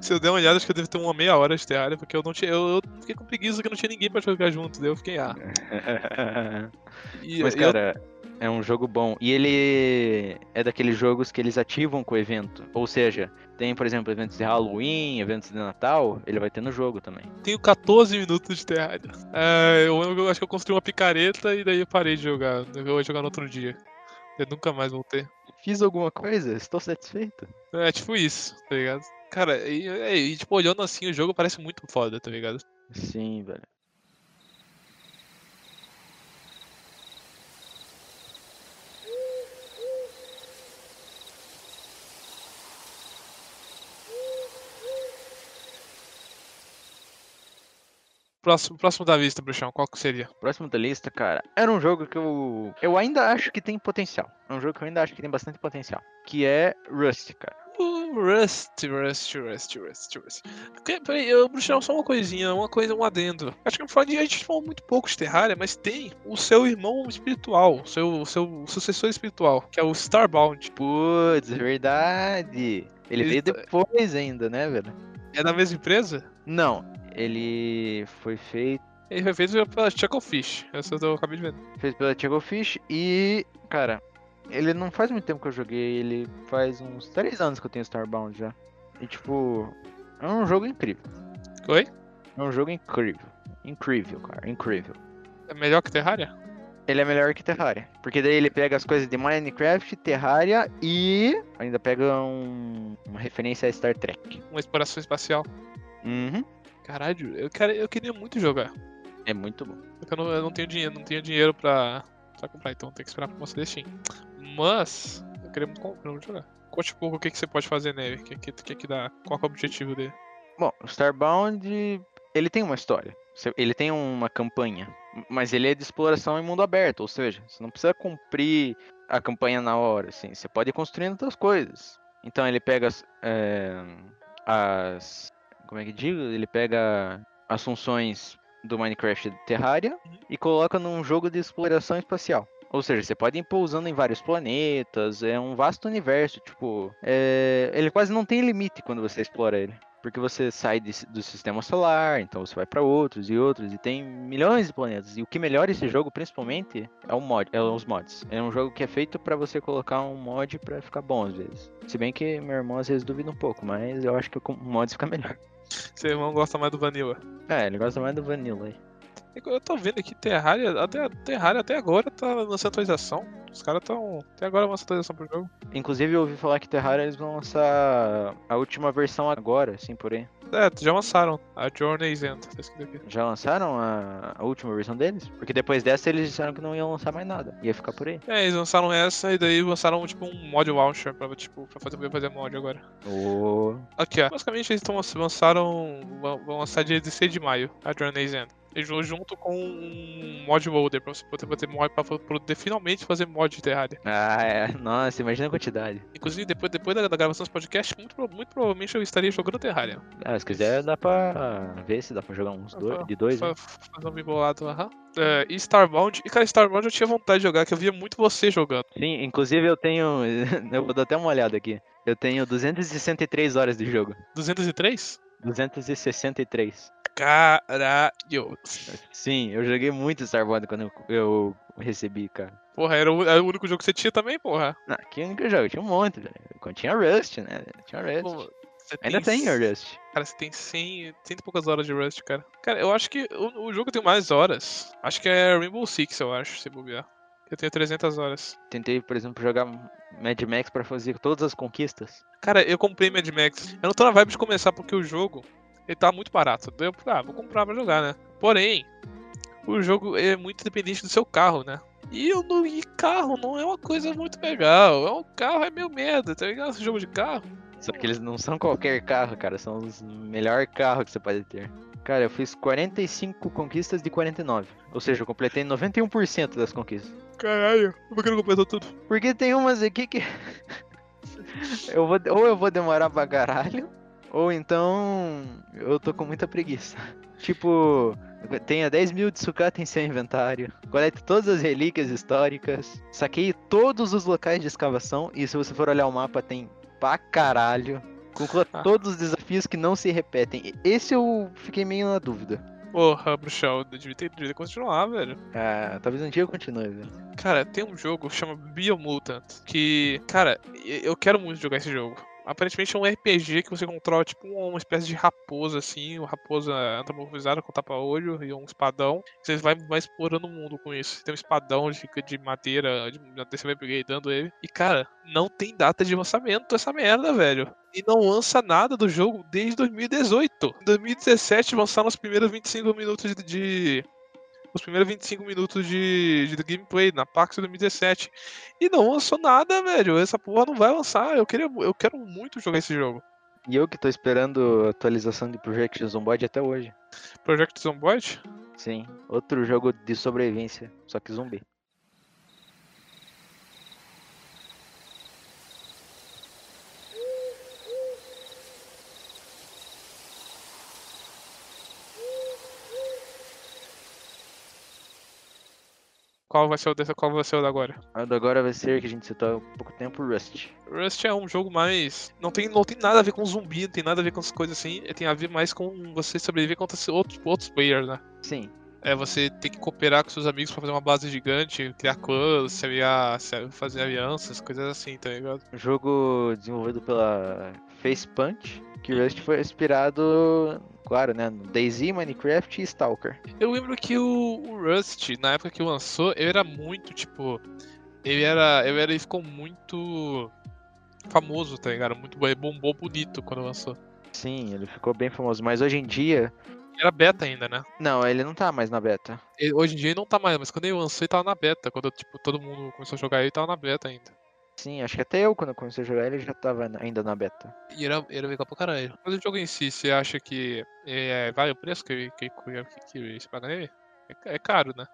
[SPEAKER 1] se eu der uma olhada, acho que eu devo ter uma meia hora de Terraria, porque eu não tinha. Eu, eu fiquei com preguiça que não tinha ninguém pra jogar junto, daí eu fiquei, ah. E,
[SPEAKER 2] Mas,
[SPEAKER 1] e eu-
[SPEAKER 2] cara, é um jogo bom. E ele é daqueles jogos que eles ativam com o evento. Ou seja, tem, por exemplo, eventos de Halloween, eventos de Natal, ele vai ter no jogo também.
[SPEAKER 1] tenho 14 minutos de Terraria. É, eu, eu acho que eu construí uma picareta e daí eu parei de jogar. Eu vou jogar no outro dia. Eu nunca mais voltei.
[SPEAKER 2] Fiz alguma coisa? Estou satisfeito.
[SPEAKER 1] É tipo isso, tá ligado? Cara, e, e, e, tipo, olhando assim o jogo parece muito foda, tá ligado?
[SPEAKER 2] Sim, velho.
[SPEAKER 1] Próximo, próximo da vista, bruxão, qual que seria?
[SPEAKER 2] Próximo da lista, cara, era um jogo que eu. Eu ainda acho que tem potencial. É um jogo que eu ainda acho que tem bastante potencial. Que é Rust, cara.
[SPEAKER 1] Uh, Rust, Rust, Rust, Rust, Rust. Ok, Peraí, eu, bruxão, só uma coisinha, uma coisa, um adendo. Acho que Freud, a gente falou muito pouco de Terraria, mas tem o seu irmão espiritual, o seu, o seu sucessor espiritual, que é o Starbound.
[SPEAKER 2] Putz, é verdade. Ele veio
[SPEAKER 1] Eita.
[SPEAKER 2] depois ainda, né, velho?
[SPEAKER 1] É da mesma empresa?
[SPEAKER 2] Não, ele foi feito.
[SPEAKER 1] Ele foi feito pela Chucklefish, essa eu acabei de ver.
[SPEAKER 2] Fez pela Tiago Fish e, cara, ele não faz muito tempo que eu joguei, ele faz uns 3 anos que eu tenho Starbound já. E tipo, é um jogo incrível.
[SPEAKER 1] Oi?
[SPEAKER 2] É um jogo incrível. Incrível, cara, incrível.
[SPEAKER 1] É melhor que Terraria?
[SPEAKER 2] Ele é melhor que Terraria, porque daí ele pega as coisas de Minecraft, Terraria e ainda pega um, uma referência a Star Trek.
[SPEAKER 1] Uma exploração espacial.
[SPEAKER 2] Uhum.
[SPEAKER 1] Caralho, eu, cara, eu queria muito jogar.
[SPEAKER 2] É muito bom.
[SPEAKER 1] Só que Eu não, eu não tenho dinheiro, não tenho dinheiro pra, pra comprar, então tem que esperar pra mostrar Steam. Mas, eu queria muito comprar, eu vou jogar. Conte um pouco o que, que você pode fazer nele, o que, que, que, que dá, qual que é o objetivo dele.
[SPEAKER 2] Bom, o Starbound, ele tem uma história. Você- Ele tem uma campanha. Mas ele é de exploração em mundo aberto. Ou seja, você não precisa cumprir a campanha na hora, assim. Você pode ir construindo outras coisas. Então ele pega as... eh, as- como é que digo? Ele pega as funções do Minecraft e do Terraria e coloca num jogo de exploração espacial. Ou seja, você pode ir pousando em vários planetas, é um vasto universo, tipo, é, ele quase não tem limite quando você explora ele. Porque você sai de- do sistema solar, então você vai pra outros e outros, e tem milhões de planetas. E o que melhora esse jogo, principalmente, é, o mod, é os mods. É um jogo que é feito pra você colocar um mod pra ficar bom às vezes. Se bem que meu irmão às vezes duvida um pouco, mas eu acho que com mods fica melhor.
[SPEAKER 1] Seu irmão gosta mais do Vanilla.
[SPEAKER 2] É, ele gosta mais do Vanilla aí.
[SPEAKER 1] Eu tô vendo aqui Terraria, até, Terraria até agora tá lançando atualização. Os caras estão. Até agora lançando atualização pro jogo.
[SPEAKER 2] Inclusive, eu ouvi falar que Terraria eles vão lançar a última versão agora, assim, porém.
[SPEAKER 1] É, já lançaram a Journey's End, tá escrito aqui.
[SPEAKER 2] Já lançaram a, a última versão deles? Porque depois dessa eles disseram que não iam lançar mais nada. Ia ficar por aí.
[SPEAKER 1] É, eles lançaram essa e daí lançaram tipo um mod launcher pra, tipo, pra fazer, poder fazer mod agora.
[SPEAKER 2] Ô,
[SPEAKER 1] Aqui, ó. Basicamente eles tão, lançaram. Vão vão lançar dia 16 de maio, a Journey's End. E ju- junto com um mod loader pra você poder fazer mod pra, poder finalmente fazer mod de Terraria.
[SPEAKER 2] Ah, é. Nossa, imagina a quantidade.
[SPEAKER 1] Inclusive, depois, depois da, da gravação desse podcast, muito, pro- muito provavelmente eu estaria jogando Terraria.
[SPEAKER 2] Ah, se quiser dá pra ver se dá pra jogar uns dois, de dois. né?
[SPEAKER 1] Fa- Fazer um bibolado, aham. É, e Starbound. E cara, Starbound eu tinha vontade de jogar, que eu via muito você jogando.
[SPEAKER 2] Sim, inclusive eu tenho. eu vou dar até uma olhada aqui. Eu tenho 263 horas de jogo.
[SPEAKER 1] 203?
[SPEAKER 2] 263.
[SPEAKER 1] Caralho.
[SPEAKER 2] Sim, eu joguei muito Starbound quando eu, eu recebi, cara.
[SPEAKER 1] Porra, era o, era o único jogo que você tinha também, porra.
[SPEAKER 2] Não, que único jogo? Tinha um monte, velho. Quando Tinha Rust, né? Tinha Rust.
[SPEAKER 1] Pô, você
[SPEAKER 2] Ainda tem
[SPEAKER 1] c-
[SPEAKER 2] Rust.
[SPEAKER 1] Cara, você tem 100, 100 e poucas horas de Rust, cara. Cara, eu acho que o, o jogo tem mais horas. Acho que é Rainbow Six, eu acho, se bobear. Eu tenho 300 horas.
[SPEAKER 2] Tentei, por exemplo, jogar Mad Max pra fazer todas as conquistas.
[SPEAKER 1] Cara, eu comprei Mad Max. Eu não tô na vibe de começar porque o jogo ele tá muito barato. Daí Eu, ah, vou comprar pra jogar, né? Porém, o jogo é muito dependente do seu carro, né? E eu não, e carro não é uma coisa muito legal. É um carro, é meio merda, tá ligado? Esse jogo de carro.
[SPEAKER 2] Só que eles não são qualquer carro, cara. São os melhores carros que você pode ter. Cara, eu fiz 45 conquistas de 49. Ou seja, eu completei 91% das conquistas.
[SPEAKER 1] Caralho, por que não completou tudo?
[SPEAKER 2] Porque tem umas aqui que. eu vou, ou eu vou demorar pra caralho, ou então eu tô com muita preguiça. Tipo, tenha 10 mil de sucata em seu inventário, colete todas as relíquias históricas, saquei todos os locais de escavação, e se você for olhar o mapa, tem pra caralho. Conclua
[SPEAKER 1] Ah.
[SPEAKER 2] todos os desafios que não se repetem. E- Esse eu fiquei meio na dúvida.
[SPEAKER 1] Porra, bruxão, eu devia ter, devia continuar, velho.
[SPEAKER 2] Ah, talvez um dia eu continue, velho.
[SPEAKER 1] Cara, tem um jogo que chama Biomutant. Que, cara, e- eu quero muito jogar esse jogo. Aparentemente é um RPG que você controla tipo uma espécie de raposa, assim, uma raposa antropomorfizada com tapa-olho e um espadão. Você vai, vai explorando o mundo com isso. Tem um espadão de, de madeira, de, você vai upgradando ele. E, cara, não tem data de lançamento essa merda, velho. E não lança nada do jogo desde 2018. Em 2017 lançaram os primeiros 25 minutos de- de, os primeiros 25 minutos de, de gameplay na PAX 2017. E não lançou nada, velho. Essa porra não vai lançar. Eu, queria, eu quero muito jogar esse jogo.
[SPEAKER 2] E eu que tô esperando a atualização de Project Zomboid até hoje.
[SPEAKER 1] Project Zomboid?
[SPEAKER 2] Sim, outro jogo de sobrevivência, só que zumbi.
[SPEAKER 1] Qual vai ser o dessa? Qual vai ser o da agora?
[SPEAKER 2] A do agora vai ser que a gente citou há pouco tempo Rust.
[SPEAKER 1] Rust é um jogo mais. Não tem, não tem nada a ver com zumbi, não tem nada a ver com essas coisas assim. Tem a ver mais com você sobreviver contra esses outros, outros players, né?
[SPEAKER 2] Sim,
[SPEAKER 1] É você ter que cooperar com seus amigos pra fazer uma base gigante, criar clãs, se aliar- se- fazer alianças, coisas assim, tá ligado?
[SPEAKER 2] um jogo desenvolvido pela Face Punch, que Rust foi inspirado, claro, né, no DayZ, Minecraft e Stalker.
[SPEAKER 1] Eu lembro que o, o Rust, na época que lançou, ele era muito, tipo. Ele era. Ele, era, ele ficou muito famoso, tá ligado? Muito bom, ele bombou bonito quando lançou.
[SPEAKER 2] Sim, ele ficou bem famoso, mas hoje em dia,
[SPEAKER 1] Era beta ainda, né?
[SPEAKER 2] não, ele não tá mais na beta.
[SPEAKER 1] Ele- hoje em dia ele não tá mais, mas quando ele lançou ele tava na beta. Quando tipo, todo mundo começou a jogar ele tava na beta ainda.
[SPEAKER 2] Sim, acho que até eu quando eu comecei a jogar ele já tava na- ainda na beta.
[SPEAKER 1] E era, era legal pra caralho. Mas o jogo em si, você acha que é, vale o preço que, que, que, que, que se paga nele? É, ca- é caro, né?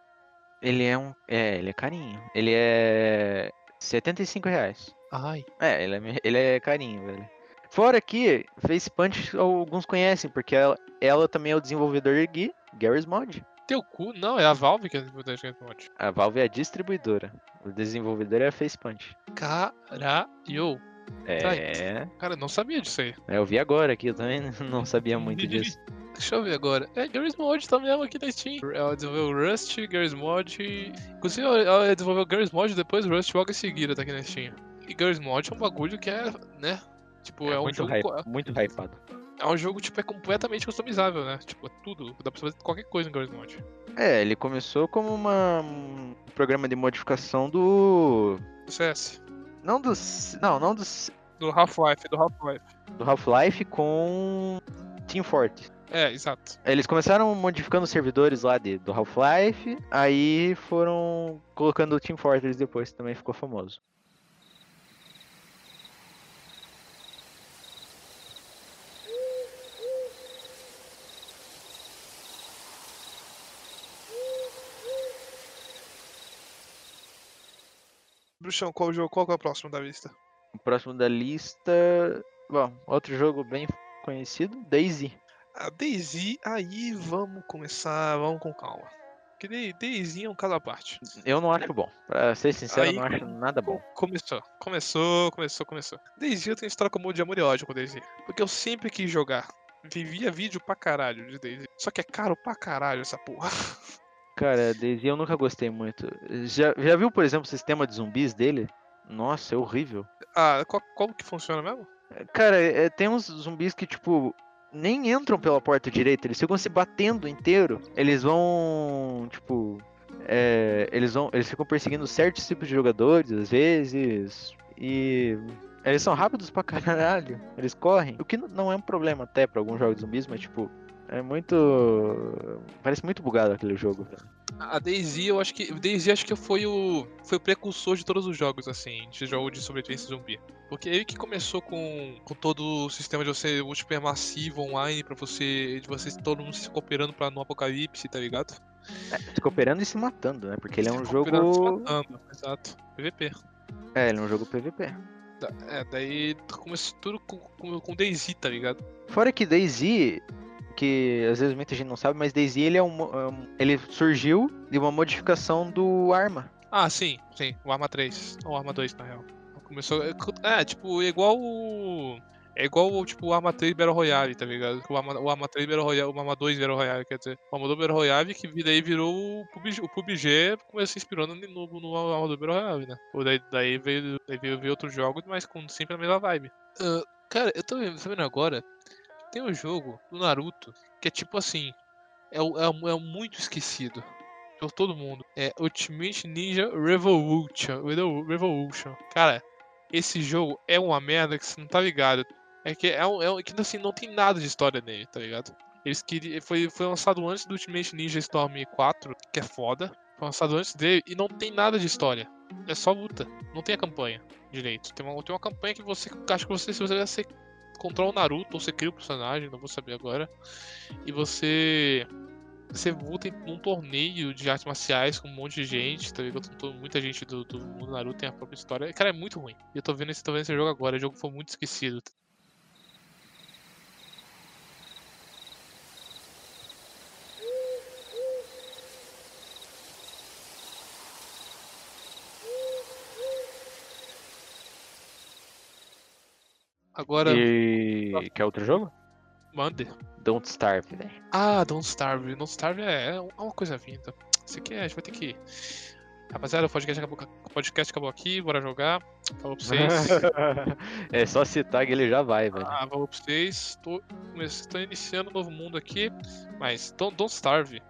[SPEAKER 2] Ele é um, é, ele é carinho. Ele é R$ 75 reais.
[SPEAKER 1] Ai.
[SPEAKER 2] É, ele é, me- ele é carinho, velho. Fora que, Face Punch alguns conhecem, porque ela, ela também é o desenvolvedor de Gui, Garry's Mod.
[SPEAKER 1] Teu cu? Não, é a Valve que é desenvolvedora de Game Watch.
[SPEAKER 2] A Valve é a distribuidora. O desenvolvedor é a Facepunch.
[SPEAKER 1] Caralho.
[SPEAKER 2] É,
[SPEAKER 1] Cara, eu não sabia disso aí.
[SPEAKER 2] eu vi agora aqui, eu também não sabia muito disso.
[SPEAKER 1] Deixa eu ver agora. É, Garry's Mod tá mesmo aqui na Steam. Ela desenvolveu Rust, Garry's Mod. Inclusive, ela- ela desenvolveu Garry's Mod depois Rust logo em seguida tá aqui na Steam. E Garry's Mod é um bagulho que é, né? Tipo, é, um
[SPEAKER 2] muito,
[SPEAKER 1] jogo.
[SPEAKER 2] hype,
[SPEAKER 1] co-
[SPEAKER 2] muito hypado.
[SPEAKER 1] É um jogo, tipo, é completamente customizável, né? Tipo, é tudo. Dá pra você fazer qualquer coisa no Garry's Mod.
[SPEAKER 2] É, ele começou como uma- um programa de modificação do.
[SPEAKER 1] Do CS.
[SPEAKER 2] Não do. C- Não, não do, C-
[SPEAKER 1] Do Half-Life, do Half-Life.
[SPEAKER 2] do Half-Life com. Team Fortress.
[SPEAKER 1] É, exato.
[SPEAKER 2] Eles começaram modificando os servidores lá de, do Half-Life, aí foram colocando o Team Fortress depois, também ficou famoso.
[SPEAKER 1] Bruxão, qual jogo? Qual que é o próximo da lista?
[SPEAKER 2] O próximo da lista. Bom, outro jogo bem conhecido, Daisy.
[SPEAKER 1] A Daisy, aí vamos começar, vamos com calma. Que Dai- Daisy é um caso à parte.
[SPEAKER 2] Eu não acho bom. Pra ser sincero,
[SPEAKER 1] Aí-
[SPEAKER 2] eu não acho
[SPEAKER 1] Tá
[SPEAKER 2] nada bom.
[SPEAKER 1] Começou, começou, começou, começou. Daisy eu tenho história com de amor e ódio com Daisy. Porque eu sempre quis jogar. Vivia vídeo pra caralho de Daisy. Só que é caro pra caralho essa porra.
[SPEAKER 2] Cara, Daisy eu nunca gostei muito. Já, já viu, por exemplo, o sistema de zumbis dele? Nossa, é horrível.
[SPEAKER 1] Ah, qual, como que funciona mesmo?
[SPEAKER 2] Cara, é- tem uns zumbis que, tipo, nem entram pela porta direita, eles ficam se batendo inteiro. Eles vão, tipo. é, eles vão. Eles ficam perseguindo certos tipos de jogadores, às vezes. E. Eles são rápidos pra caralho. Eles correm. O que n- não é um problema até pra alguns jogos de zumbis, mas tipo. É muito. Parece muito bugado aquele jogo.
[SPEAKER 1] A Daisy eu acho que. Daisy acho que foi o. Foi o precursor de todos os jogos, assim, de jogo de sobrevivência zumbi. Porque ele que começou com, com todo o sistema de você multiplayer massivo online pra você. De vocês todo mundo se cooperando pra no apocalipse, tá ligado?
[SPEAKER 2] Se cooperando e se matando, né? Porque ele é
[SPEAKER 1] Se
[SPEAKER 2] um
[SPEAKER 1] cooperando, se
[SPEAKER 2] jogo.
[SPEAKER 1] matando, Exato. PVP.
[SPEAKER 2] É, ele é um jogo PVP.
[SPEAKER 1] Da- É, daí começou tudo com, com, com Daisy, tá ligado?
[SPEAKER 2] Fora que Daisy, que às vezes muita gente não sabe, mas Daisy ele é um, mo- é um- ele surgiu de uma modificação do Arma.
[SPEAKER 1] Ah, sim, sim, o Arma 3, ou Arma 2, na real. Começou. é, co- É, tipo, é igual o. É igual o tipo, o Arma 3 Battle Royale, tá ligado? O Arma, o Arma 3 Battle Royale, o Arma 2 Battle Royale, quer dizer. O Arma 2 Battle Royale que vi- daí virou o PUBG, o PUBG começou se inspirando no, no Arma 2 Battle Royale, né? Ou daí, daí veio, daí veio, veio outros jogos, mas com sempre a mesma vibe. Ah, cara, eu tô vendo- tô vendo agora, tem um jogo do Naruto que é tipo assim, é, o- é, o- é muito esquecido por todo mundo. É Ultimate Ninja Revolution. Revol- Revolution. Cara, esse jogo é uma merda que você não tá ligado. É que é, um, é um- que assim, não tem nada de história nele, tá ligado? Eles queriam, foi, foi lançado antes do Ultimate Ninja Storm 4, que é foda. Foi lançado antes dele e não tem nada de história. É só luta. Não tem a campanha direito. Tem uma, tem uma campanha que você. Acho que você, se você, você controla o Naruto ou você cria o personagem, não vou saber agora. E você você luta em um torneio de artes marciais com um monte de gente, tá ligado? Com to- Muita gente do, do mundo Naruto tem a própria história. Cara, é muito ruim. E eu tô vendo esse, tô vendo esse jogo agora, o jogo foi muito esquecido. Agora,
[SPEAKER 2] E que é outro jogo?
[SPEAKER 1] mande.
[SPEAKER 2] Don't Starve, velho.
[SPEAKER 1] Ah, Don't Starve. Don't Starve é é uma coisa vinda. Isso aqui é, a gente vai ter que. Rapaziada, o podcast acabou, o podcast acabou aqui, bora jogar. Falou pra vocês.
[SPEAKER 2] é só citar que ele já vai, velho.
[SPEAKER 1] ah, falou pra vocês. Tô, começ- tô iniciando um novo mundo aqui, mas Don't, Don't Starve.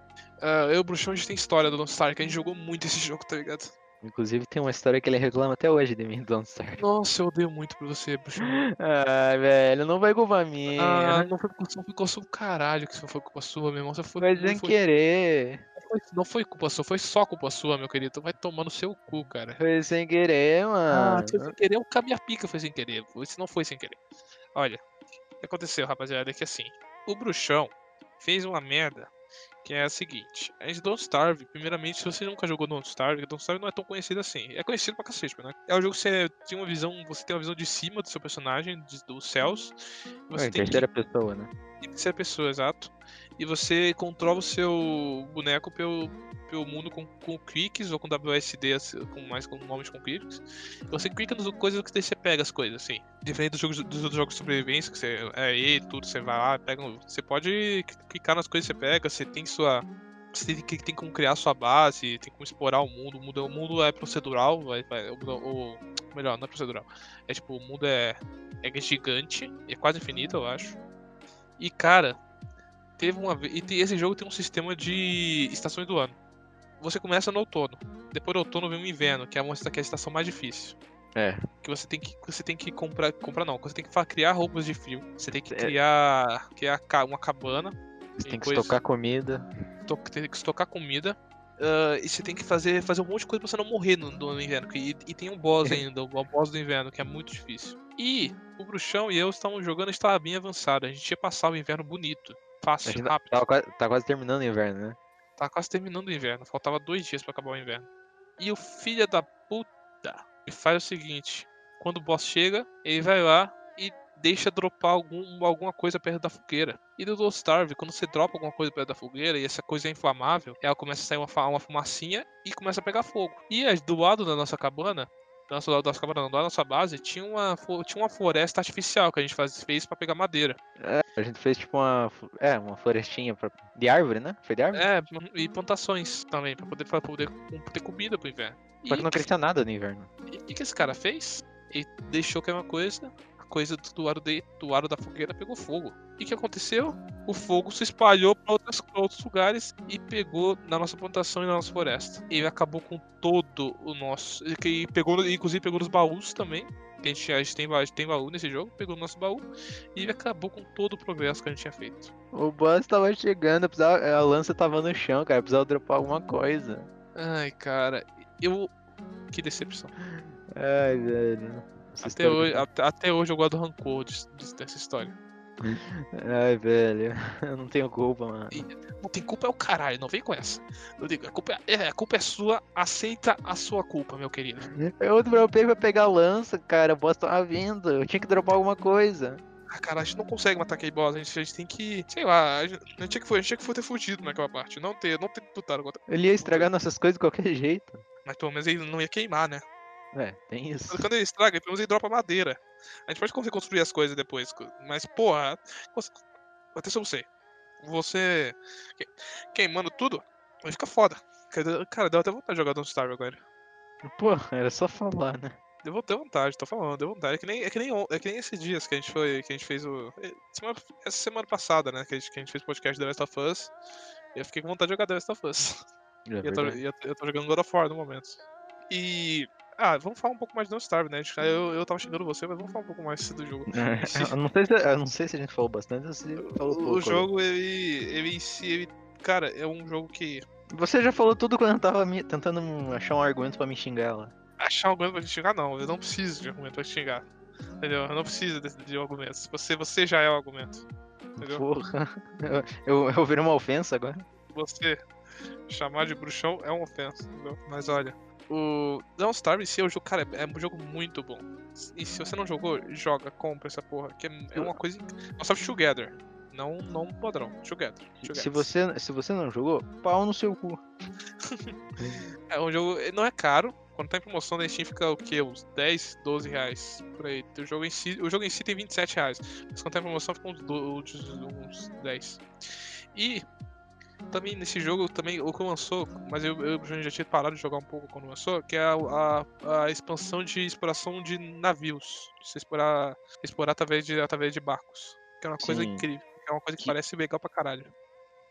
[SPEAKER 1] Ah, eu e o Bruxão, a gente tem história do Don't Starve, que a gente jogou muito esse jogo, tá ligado?
[SPEAKER 2] Inclusive tem uma história que ele reclama até hoje de mim, Don't Starve.
[SPEAKER 1] Nossa, eu odeio muito pra você, Bruxão.
[SPEAKER 2] Ai, Ah, velho, não vai culpar mim.
[SPEAKER 1] Ah, não foi culpa sua, foi culpa sua, caralho, que isso foi culpa sua, meu irmão. Você foi,
[SPEAKER 2] Mas
[SPEAKER 1] não
[SPEAKER 2] sem
[SPEAKER 1] foi-
[SPEAKER 2] querer.
[SPEAKER 1] foi- não foi culpa sua, foi só culpa sua, meu querido. Vai tomar no seu cu, cara.
[SPEAKER 2] Foi sem querer,
[SPEAKER 1] Ah,
[SPEAKER 2] mano.
[SPEAKER 1] foi sem querer, eu cabi a pica, foi sem querer. Isso não foi sem querer. Olha, o que aconteceu, rapaziada, é que assim, o bruxão fez uma merda que é a seguinte. A gente Don't Starve, primeiramente, se você nunca jogou Don't Starve, Don't Starve não é tão conhecido assim. É conhecido pra cacete, mas não é. É um jogo que você tem uma visão, você tem uma visão de cima do seu personagem, de- dos céus. e Você
[SPEAKER 2] em
[SPEAKER 1] tem que
[SPEAKER 2] terceira pessoa, né?
[SPEAKER 1] em em terceira pessoa, exato. E você controla o seu boneco pelo, pelo mundo com, com cliques ou com WSD, assim, com mais com nomes com cliques. Você clica nas coisas que daí você pega as coisas, assim. Diferente dos jogos, dos outros jogos de sobrevivência, que você é E, tudo, você vai lá, pega. um- Você pode clicar nas coisas que você pega, você tem sua. Você tem, que- tem como criar sua base, tem como explorar o mundo. O mundo, o mundo é procedural, vai, vai, o, o- melhor, não é procedural. É tipo, o mundo é, é gigante, é quase infinito, eu acho. E cara, teve uma vez. E tem- esse jogo tem um sistema de estações do ano. Você começa no outono. Depois do outono vem o inverno, que é, uma, que é a estação mais difícil.
[SPEAKER 2] É.
[SPEAKER 1] Que você tem que. que Você tem que comprar. Comprar não, você tem que fa- criar roupas de frio. Você tem que
[SPEAKER 2] É.
[SPEAKER 1] criar. Criar ca- uma cabana.
[SPEAKER 2] Você tem que
[SPEAKER 1] Coisa.
[SPEAKER 2] estocar comida.
[SPEAKER 1] to- tem que estocar comida. ah, e você tem que fazer, fazer um monte de coisa pra você não morrer no, no inverno. que- E, e tem um boss ainda, o boss do inverno, que é muito difícil. E o Bruxão e eu estávamos jogando, estava bem avançado. A gente ia passar o inverno bonito, fácil,
[SPEAKER 2] Imagina-
[SPEAKER 1] rápido.
[SPEAKER 2] Tá quase, tá quase terminando o inverno, né?
[SPEAKER 1] Tá quase terminando o inverno, faltava dois dias pra acabar o inverno. E o filho da puta ele faz o seguinte: quando o boss chega, ele vai lá e deixa dropar algum, alguma coisa perto da fogueira. E do Don't Starve, quando você dropa alguma coisa perto da fogueira e essa coisa é inflamável, ela começa a sair uma, fa- uma fumacinha e começa a pegar fogo. E aí, do lado da nossa cabana, do nosso lado da nossa cabana, não, da nossa base, tinha uma, fo- tinha uma floresta artificial que a gente faz, fez pra pegar madeira.
[SPEAKER 2] A gente fez tipo uma. fl- É, uma florestinha pra- de árvore, né? Foi de árvore?
[SPEAKER 1] É, e plantações também, pra poder, pra poder ter comida pro inverno.
[SPEAKER 2] Só que
[SPEAKER 1] E-
[SPEAKER 2] não crescia nada no inverno.
[SPEAKER 1] E o que, que esse cara fez? Ele deixou que era uma coisa, a coisa do, do, aro de, do aro da fogueira pegou fogo. E o que aconteceu? O fogo se espalhou para outros, lugares e pegou na nossa plantação e na nossa floresta. Ele acabou com todo o nosso. E que pegou, no- inclusive pegou nos baús também. Que a gente, a, gente tem, ba- a gente tem baú nesse jogo, pegou no nosso baú e ele acabou com todo o progresso que a gente tinha feito.
[SPEAKER 2] O boss tava chegando, eu precisava- a lança tava no chão, cara. eu Precisava dropar alguma coisa.
[SPEAKER 1] Ai, cara, eu. Que decepção.
[SPEAKER 2] Ai, velho. Essa
[SPEAKER 1] Até
[SPEAKER 2] história é
[SPEAKER 1] hoje,
[SPEAKER 2] que-
[SPEAKER 1] até, até hoje eu guardo rancor disso- dessa história.
[SPEAKER 2] Ai, velho. Eu não tenho culpa, mano.
[SPEAKER 1] Não tem culpa é o caralho, não vem com essa. Eu digo, a culpa é, é, a culpa é sua, aceita a sua culpa, meu querido.
[SPEAKER 2] Eu dropei pra pegar a lança, cara. O boss tava vindo. Eu tinha que dropar alguma coisa.
[SPEAKER 1] Ah, cara, a gente não consegue matar aquele boss, a gente, a gente tem que. Sei lá, a gente, a gente tinha que, fo- a gente tinha que fo- ter fugido naquela parte, não ter, não ter lutado contra.
[SPEAKER 2] Ele ia estragar nossas coisas de qualquer jeito.
[SPEAKER 1] Mas pelo menos ele não ia queimar, né?
[SPEAKER 2] É, tem isso.
[SPEAKER 1] Quando ele estraga, pelo menos ele dropa madeira. A gente pode conseguir construir as coisas depois, co- mas porra, cons- até se eu sei. Você que- queimando tudo, vai ficar foda. Cara, cara, deu até vontade de jogar Don't Starve agora.
[SPEAKER 2] Pô, era só falar, né?
[SPEAKER 1] Deu, vo- deu vontade, tô falando, deu vontade. É que nem, é que nem, on- é que nem esses dias que a gente foi, que a gente fez o. é, semana- essa semana passada, né? Que a gente, que a gente fez o podcast The Last of Us. Eu fiquei com vontade de jogar The Last of Us.
[SPEAKER 2] É
[SPEAKER 1] E eu, tô, e eu, eu tô jogando God of War no momento. E. Ah, vamos falar um pouco mais de Don't Starve, né? A gente- Eu, eu tava xingando você, mas vamos falar um pouco mais do jogo.
[SPEAKER 2] Eu não, sei se, eu não sei se a gente falou bastante ou se falou pouco.
[SPEAKER 1] O jogo, ele. ele em si, ele. Cara, é um jogo que.
[SPEAKER 2] Você já falou tudo quando eu tava me- tentando achar um argumento pra me xingar lá.
[SPEAKER 1] Achar um argumento pra te xingar, não. Eu não preciso de argumento pra te xingar. Entendeu? Eu não preciso de, de argumentos. Você, você já é o argumento. Entendeu?
[SPEAKER 2] Porra. Eu, eu, eu virei uma ofensa agora.
[SPEAKER 1] você chamar de bruxão é uma ofensa, entendeu? Mas olha, o Don't Starve em si é um jogo, cara, é um jogo muito bom. E se você não jogou, joga, compra essa porra, que é é uma coisa. inc- Don't Starve Together. Não, não padrão, Together.
[SPEAKER 2] Se
[SPEAKER 1] together.
[SPEAKER 2] você, se você não jogou, pau no seu cu.
[SPEAKER 1] É um jogo. ele Não é caro. Quando tá em promoção da Steam fica o quê? Uns 10, 12 reais por aí. O jogo em si, o jogo em si tem 27 reais. Mas quando tá em promoção fica uns, do- uns, uns 10. E também nesse jogo também o que lançou, mas eu, eu já tinha parado de jogar um pouco quando lançou, que é a, a, a expansão de exploração de navios. De você explorar, explorar através, de, através de barcos. Que é uma coisa
[SPEAKER 2] Sim.
[SPEAKER 1] incrível. É uma coisa que
[SPEAKER 2] Que-
[SPEAKER 1] parece legal pra caralho.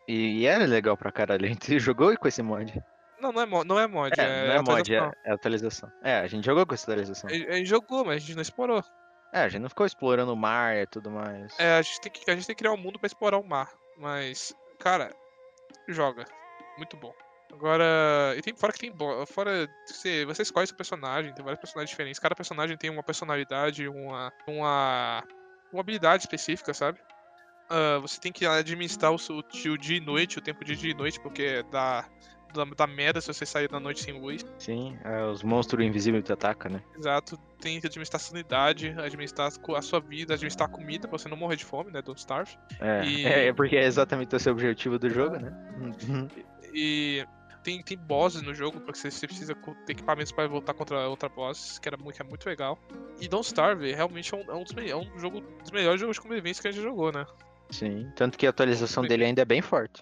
[SPEAKER 2] E, e era legal pra caralho. A gente jogou com esse mod.
[SPEAKER 1] Não, não é, mo- não é mod.
[SPEAKER 2] É, não é mod, é,
[SPEAKER 1] atualização. É.
[SPEAKER 2] é atualização. É, a gente jogou com essa atualização.
[SPEAKER 1] A a gente jogou, mas a gente não explorou.
[SPEAKER 2] É, a gente não ficou explorando o mar e tudo mais.
[SPEAKER 1] É, a gente tem que, a gente tem que criar um mundo pra explorar o mar. Mas, cara, joga. Muito bom. Agora, e tem fora que tem bo- fora você, você escolhe seu personagem, tem vários personagens diferentes. Cada personagem tem uma personalidade, uma uma, uma habilidade específica, sabe? Ah, você tem que administrar o, seu- o dia e noite, o tempo de dia e noite, porque dá da, da merda se você sair da noite sem luz.
[SPEAKER 2] Sim, é, os monstros invisíveis que te atacam, né?
[SPEAKER 1] Exato, tem que administrar a sanidade, administrar a sua vida, administrar a comida pra você não morrer de fome, né? Don't starve.
[SPEAKER 2] É,
[SPEAKER 1] E-
[SPEAKER 2] é, é porque é exatamente esse o objetivo do jogo, né?
[SPEAKER 1] E tem, tem bosses no jogo, porque você, você precisa co- ter equipamentos pra voltar contra outra boss, que, era, mu- que é muito legal. E Don't Starve realmente é um, é um dos, me- é um jogo, dos melhores jogos de convivência que a gente jogou, né?
[SPEAKER 2] Sim, tanto que a atualização dele ainda é bem forte.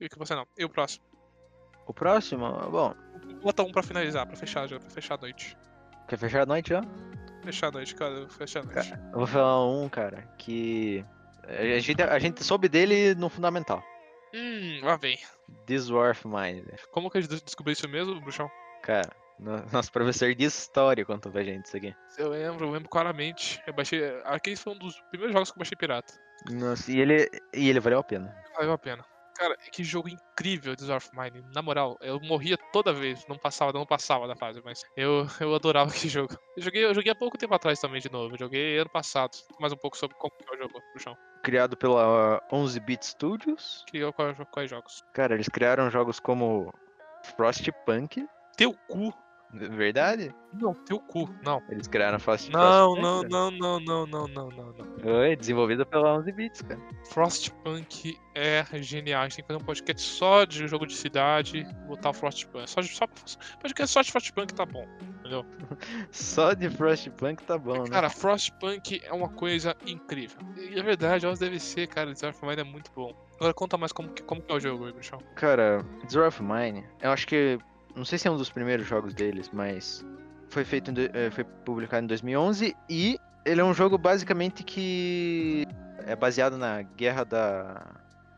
[SPEAKER 1] E que você não. E o próximo?
[SPEAKER 2] O próximo, bom,
[SPEAKER 1] Bota um pra finalizar, pra fechar já, pra fechar a noite.
[SPEAKER 2] quer fechar a noite já?
[SPEAKER 1] Fechar a noite, cara, fechar a noite.
[SPEAKER 2] Eu vou falar um, cara, que a gente, a gente soube dele no fundamental.
[SPEAKER 1] Hum, lá vem.
[SPEAKER 2] This War of Mine, né?
[SPEAKER 1] Como que a gente des- descobriu isso mesmo, bruxão?
[SPEAKER 2] cara. no- Nosso professor de história contou pra gente isso aqui.
[SPEAKER 1] Eu lembro, eu lembro claramente. Eu baixei. Aquele foi um dos primeiros jogos que eu baixei pirata.
[SPEAKER 2] Nossa, e ele, e ele valeu a pena.
[SPEAKER 1] Ah, Valeu a pena. Cara, que jogo incrível This War of Mine. Na moral, eu morria toda vez. Não passava, não passava da fase, mas eu, eu adorava aquele jogo. Eu joguei, eu joguei há pouco tempo atrás também de novo. Eu joguei ano passado. Mais um pouco sobre como que é o jogo, bruxão.
[SPEAKER 2] Criado pela 11-Bit Studios.
[SPEAKER 1] Que eu quais, quais jogos.
[SPEAKER 2] Cara, eles criaram jogos como Frostpunk.
[SPEAKER 1] Teu cu.
[SPEAKER 2] Verdade?
[SPEAKER 1] Não, teu cu. Não.
[SPEAKER 2] Eles criaram Frost
[SPEAKER 1] Não,
[SPEAKER 2] Frostpunk,
[SPEAKER 1] não,
[SPEAKER 2] né?
[SPEAKER 1] não, não, não, não, não, não, não.
[SPEAKER 2] Oi, desenvolvida pela 11-Bits, cara.
[SPEAKER 1] Frostpunk é genial. A gente tem que fazer um podcast só de jogo de cidade, botar o Frostpunk. Só, de- só podcast só de Frostpunk tá bom.
[SPEAKER 2] Só de Frostpunk tá bom, né?
[SPEAKER 1] Cara, Frostpunk é uma coisa incrível. E é verdade, os DLC, cara, Desire of Mine é muito bom. Agora conta mais como que, como que é o jogo aí, bruxão.
[SPEAKER 2] Cara, Zero of Mine, eu acho que. Não sei se é um dos primeiros jogos deles, mas. Foi feito. em do- eh, Foi publicado em 2011 e ele é um jogo basicamente que. É baseado na guerra da.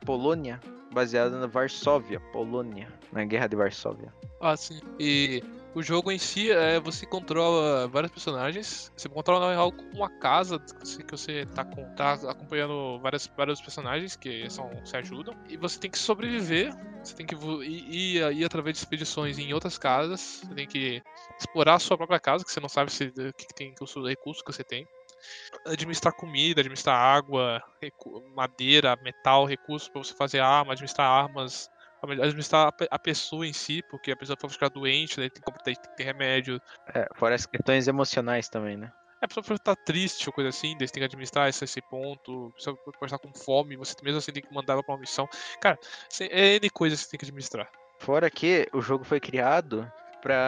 [SPEAKER 2] Polônia. Baseado na Varsóvia, Polônia. Na guerra de Varsóvia.
[SPEAKER 1] Ah, sim. E o jogo em si é você controla vários personagens. Você controla na real uma casa que você- que você tá, com, tá acompanhando várias, vários personagens que são, se ajudam. E você tem que sobreviver. Você tem que vo- ir, ir, ir através de expedições em outras casas. Você tem que explorar a sua própria casa, que você não sabe se, o que que tem os recursos que você tem. Administrar comida, administrar água, recu- madeira, metal, recursos para você fazer arma, administrar armas, administrar a pe- a pessoa em si, porque a pessoa pode ficar doente, daí tem que comprar- tem que ter remédio. É,
[SPEAKER 2] É, fora as questões emocionais também, né?
[SPEAKER 1] A pessoa pode estar triste ou coisa assim, daí você tem que administrar esse, esse ponto. A pessoa pode estar com fome, você mesmo assim tem que mandar ela pra uma missão. Cara, cê- é N coisa que você tem que administrar.
[SPEAKER 2] Fora que o jogo foi criado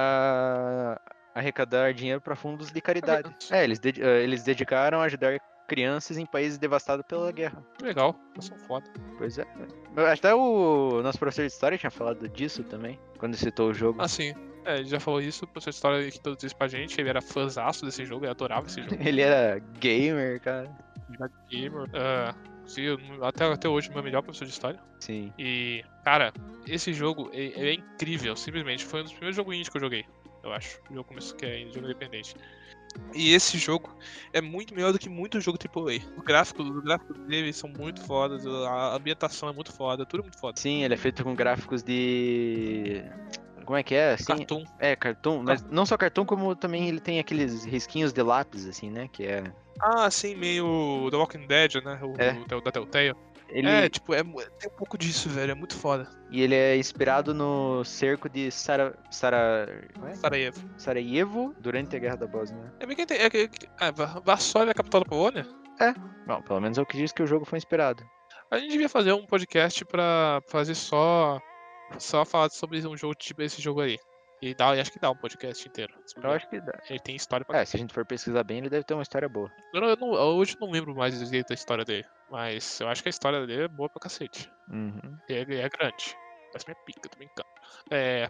[SPEAKER 2] pra arrecadar dinheiro pra fundos de caridade.
[SPEAKER 1] verdade.
[SPEAKER 2] É, eles, dedi- eh, eles dedicaram a ajudar crianças em países devastados pela guerra.
[SPEAKER 1] é Legal, são foda.
[SPEAKER 2] Pois é. Eu- Até o nosso professor de história tinha falado disso também, quando citou o jogo.
[SPEAKER 1] Assim, é, ele já falou isso, pra sua história que todos disse pra gente, ele era fãzaço desse jogo, ele adorava esse jogo.
[SPEAKER 2] Ele era gamer, cara.
[SPEAKER 1] Ele era gamer. ah, sim, eu não- até, até hoje, meu melhor professor de história.
[SPEAKER 2] Sim.
[SPEAKER 1] E, cara, esse jogo é, ele é incrível, simplesmente. Foi um dos primeiros jogos indie que eu joguei, eu acho. O jogo começou que é jogo independente. E esse jogo é muito melhor do que muito jogo AAA. O gráfico, o gráfico dele são muito fodas, a ambientação é muito foda, tudo é muito foda.
[SPEAKER 2] Sim, ele é feito com gráficos de. Como é que é? Assim,
[SPEAKER 1] Cartoon,
[SPEAKER 2] É, cartoon, mas não só cartoon, como também ele tem aqueles risquinhos de lápis, assim, né? Que é.
[SPEAKER 1] ah, assim, meio The Walking Dead, né? O,
[SPEAKER 2] É.
[SPEAKER 1] o, da Telltale.
[SPEAKER 2] Ele...
[SPEAKER 1] É, tipo, é, mu- tem um pouco disso, velho, é muito foda.
[SPEAKER 2] E ele é inspirado no cerco de Sara... Sara... como é?
[SPEAKER 1] Sarajevo.
[SPEAKER 2] Sarajevo durante a Guerra da Bósnia.
[SPEAKER 1] É bem que tem. É, que- que- ah, Va- Varsóvia é a capital da Polônia?
[SPEAKER 2] Bom, pelo menos é o que diz que o jogo foi inspirado.
[SPEAKER 1] A gente devia fazer um podcast pra fazer só. Só falar sobre um jogo tipo esse jogo aí. E dá, e acho que dá um podcast inteiro. se
[SPEAKER 2] Eu
[SPEAKER 1] bobear.
[SPEAKER 2] acho que dá.
[SPEAKER 1] Ele tem história pra.
[SPEAKER 2] É, se a gente for pesquisar bem, ele deve ter uma história boa.
[SPEAKER 1] Eu, não- eu não- eu hoje não lembro mais direito da história dele. Mas eu acho que a história dele é boa pra cacete.
[SPEAKER 2] Uhum.
[SPEAKER 1] E é, é grande. Mas minha pica, tô brincando. É.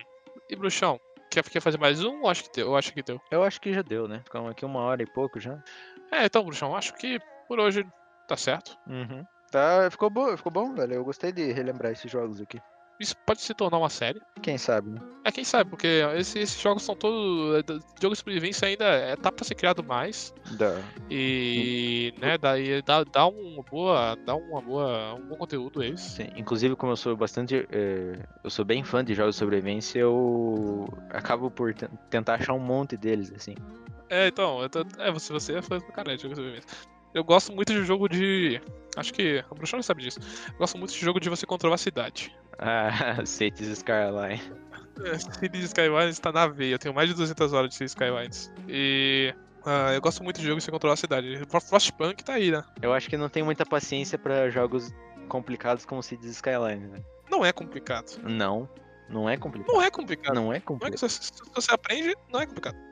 [SPEAKER 1] E Bruxão, quer, quer fazer mais um? Eu acho que deu. Eu acho que deu.
[SPEAKER 2] Eu acho que já deu, né? Ficamos aqui uma hora e pouco já.
[SPEAKER 1] É, então, Bruxão, acho que por hoje tá certo.
[SPEAKER 2] Uhum. Tá, ficou bom, ficou bom, velho. Eu gostei de relembrar esses jogos aqui.
[SPEAKER 1] isso pode se tornar uma série.
[SPEAKER 2] Quem sabe, né?
[SPEAKER 1] É, quem sabe, porque esse- esses jogos são todos. é, do- Jogo de sobrevivência ainda é, tá pra ser criado mais.
[SPEAKER 2] Da...
[SPEAKER 1] E, né, daí dá, dá uma boa. Dá uma boa. Um bom conteúdo a eles.
[SPEAKER 2] Sim, inclusive como eu sou bastante, eh, eu sou bem fã de jogos de sobrevivência, eu acabo por ten- tentar achar um monte deles, assim.
[SPEAKER 1] É, então, eu tô- é, você, você é fã pra caralho de jogo de sobrevivência. Eu gosto muito de jogo de. Acho que. A Bruxão sabe disso. Eu gosto muito de jogo de você controlar a cidade.
[SPEAKER 2] Ah, Cities Skyline.
[SPEAKER 1] É, Cities Skylines tá na veia, eu tenho mais de 200 horas de Cities Skylines. E. ah, eu gosto muito de jogo de você controlar a cidade. Frostpunk tá aí, né?
[SPEAKER 2] Eu acho que não tenho muita paciência pra jogos complicados como Cities Skyline, né?
[SPEAKER 1] Não é complicado.
[SPEAKER 2] Não, não é complicado.
[SPEAKER 1] Não é complicado.
[SPEAKER 2] Não é
[SPEAKER 1] Não é que
[SPEAKER 2] complicado.
[SPEAKER 1] se, se- se você aprende, não é complicado.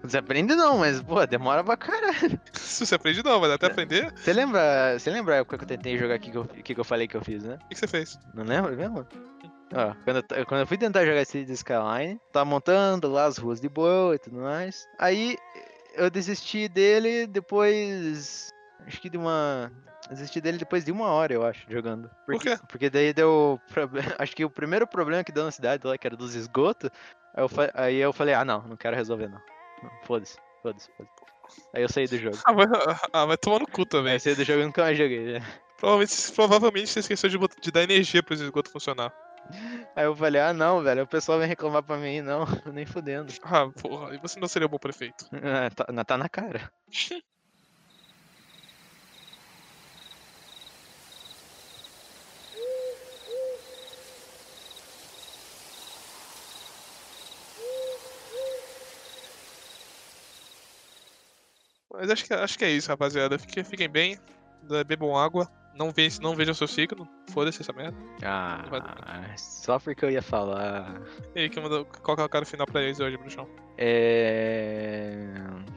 [SPEAKER 2] Você aprende não, mas, pô, demora pra caralho.
[SPEAKER 1] Se você aprende, não, mas até aprender,
[SPEAKER 2] Você lembra, você lembra a época que eu tentei jogar aqui que eu, que que eu falei que eu fiz, né?
[SPEAKER 1] o que que você fez?
[SPEAKER 2] Não lembra mesmo? Ó, quando, eu t- quando eu fui tentar jogar Cities Skyline, tava montando lá as ruas de boa e tudo mais. Aí eu desisti dele depois. Acho que de uma. Desisti dele depois de uma hora, eu acho, jogando.
[SPEAKER 1] Por quê?
[SPEAKER 2] Porque daí deu. proble- Acho que o primeiro problema que deu na cidade lá, que era dos esgotos, aí eu, fa- aí eu falei, ah não, não quero resolver não. Não, Foda-se, foda-se, foda-se. Aí eu saí do jogo.
[SPEAKER 1] Ah, vai, ah, vai tomar no cu também.
[SPEAKER 2] Aí eu saí do jogo e nunca mais joguei. né?
[SPEAKER 1] Provavelmente, provavelmente você esqueceu de, bot- de dar energia pro esgoto funcionar.
[SPEAKER 2] Aí eu falei, ah não, velho, o pessoal vem reclamar pra mim, não, nem fudendo.
[SPEAKER 1] Ah, porra, e você não seria um bom prefeito.
[SPEAKER 2] Ah, tá, na- tá na cara.
[SPEAKER 1] Mas acho que, acho que é isso, rapaziada. Fiquem, fiquem bem, né, bebam água, não, ve não vejam seu signo, foda-se essa merda.
[SPEAKER 2] Ah, só porque eu ia falar.
[SPEAKER 1] E aí, que manda, qual que é o cara final pra eles hoje, bruxão?
[SPEAKER 2] É.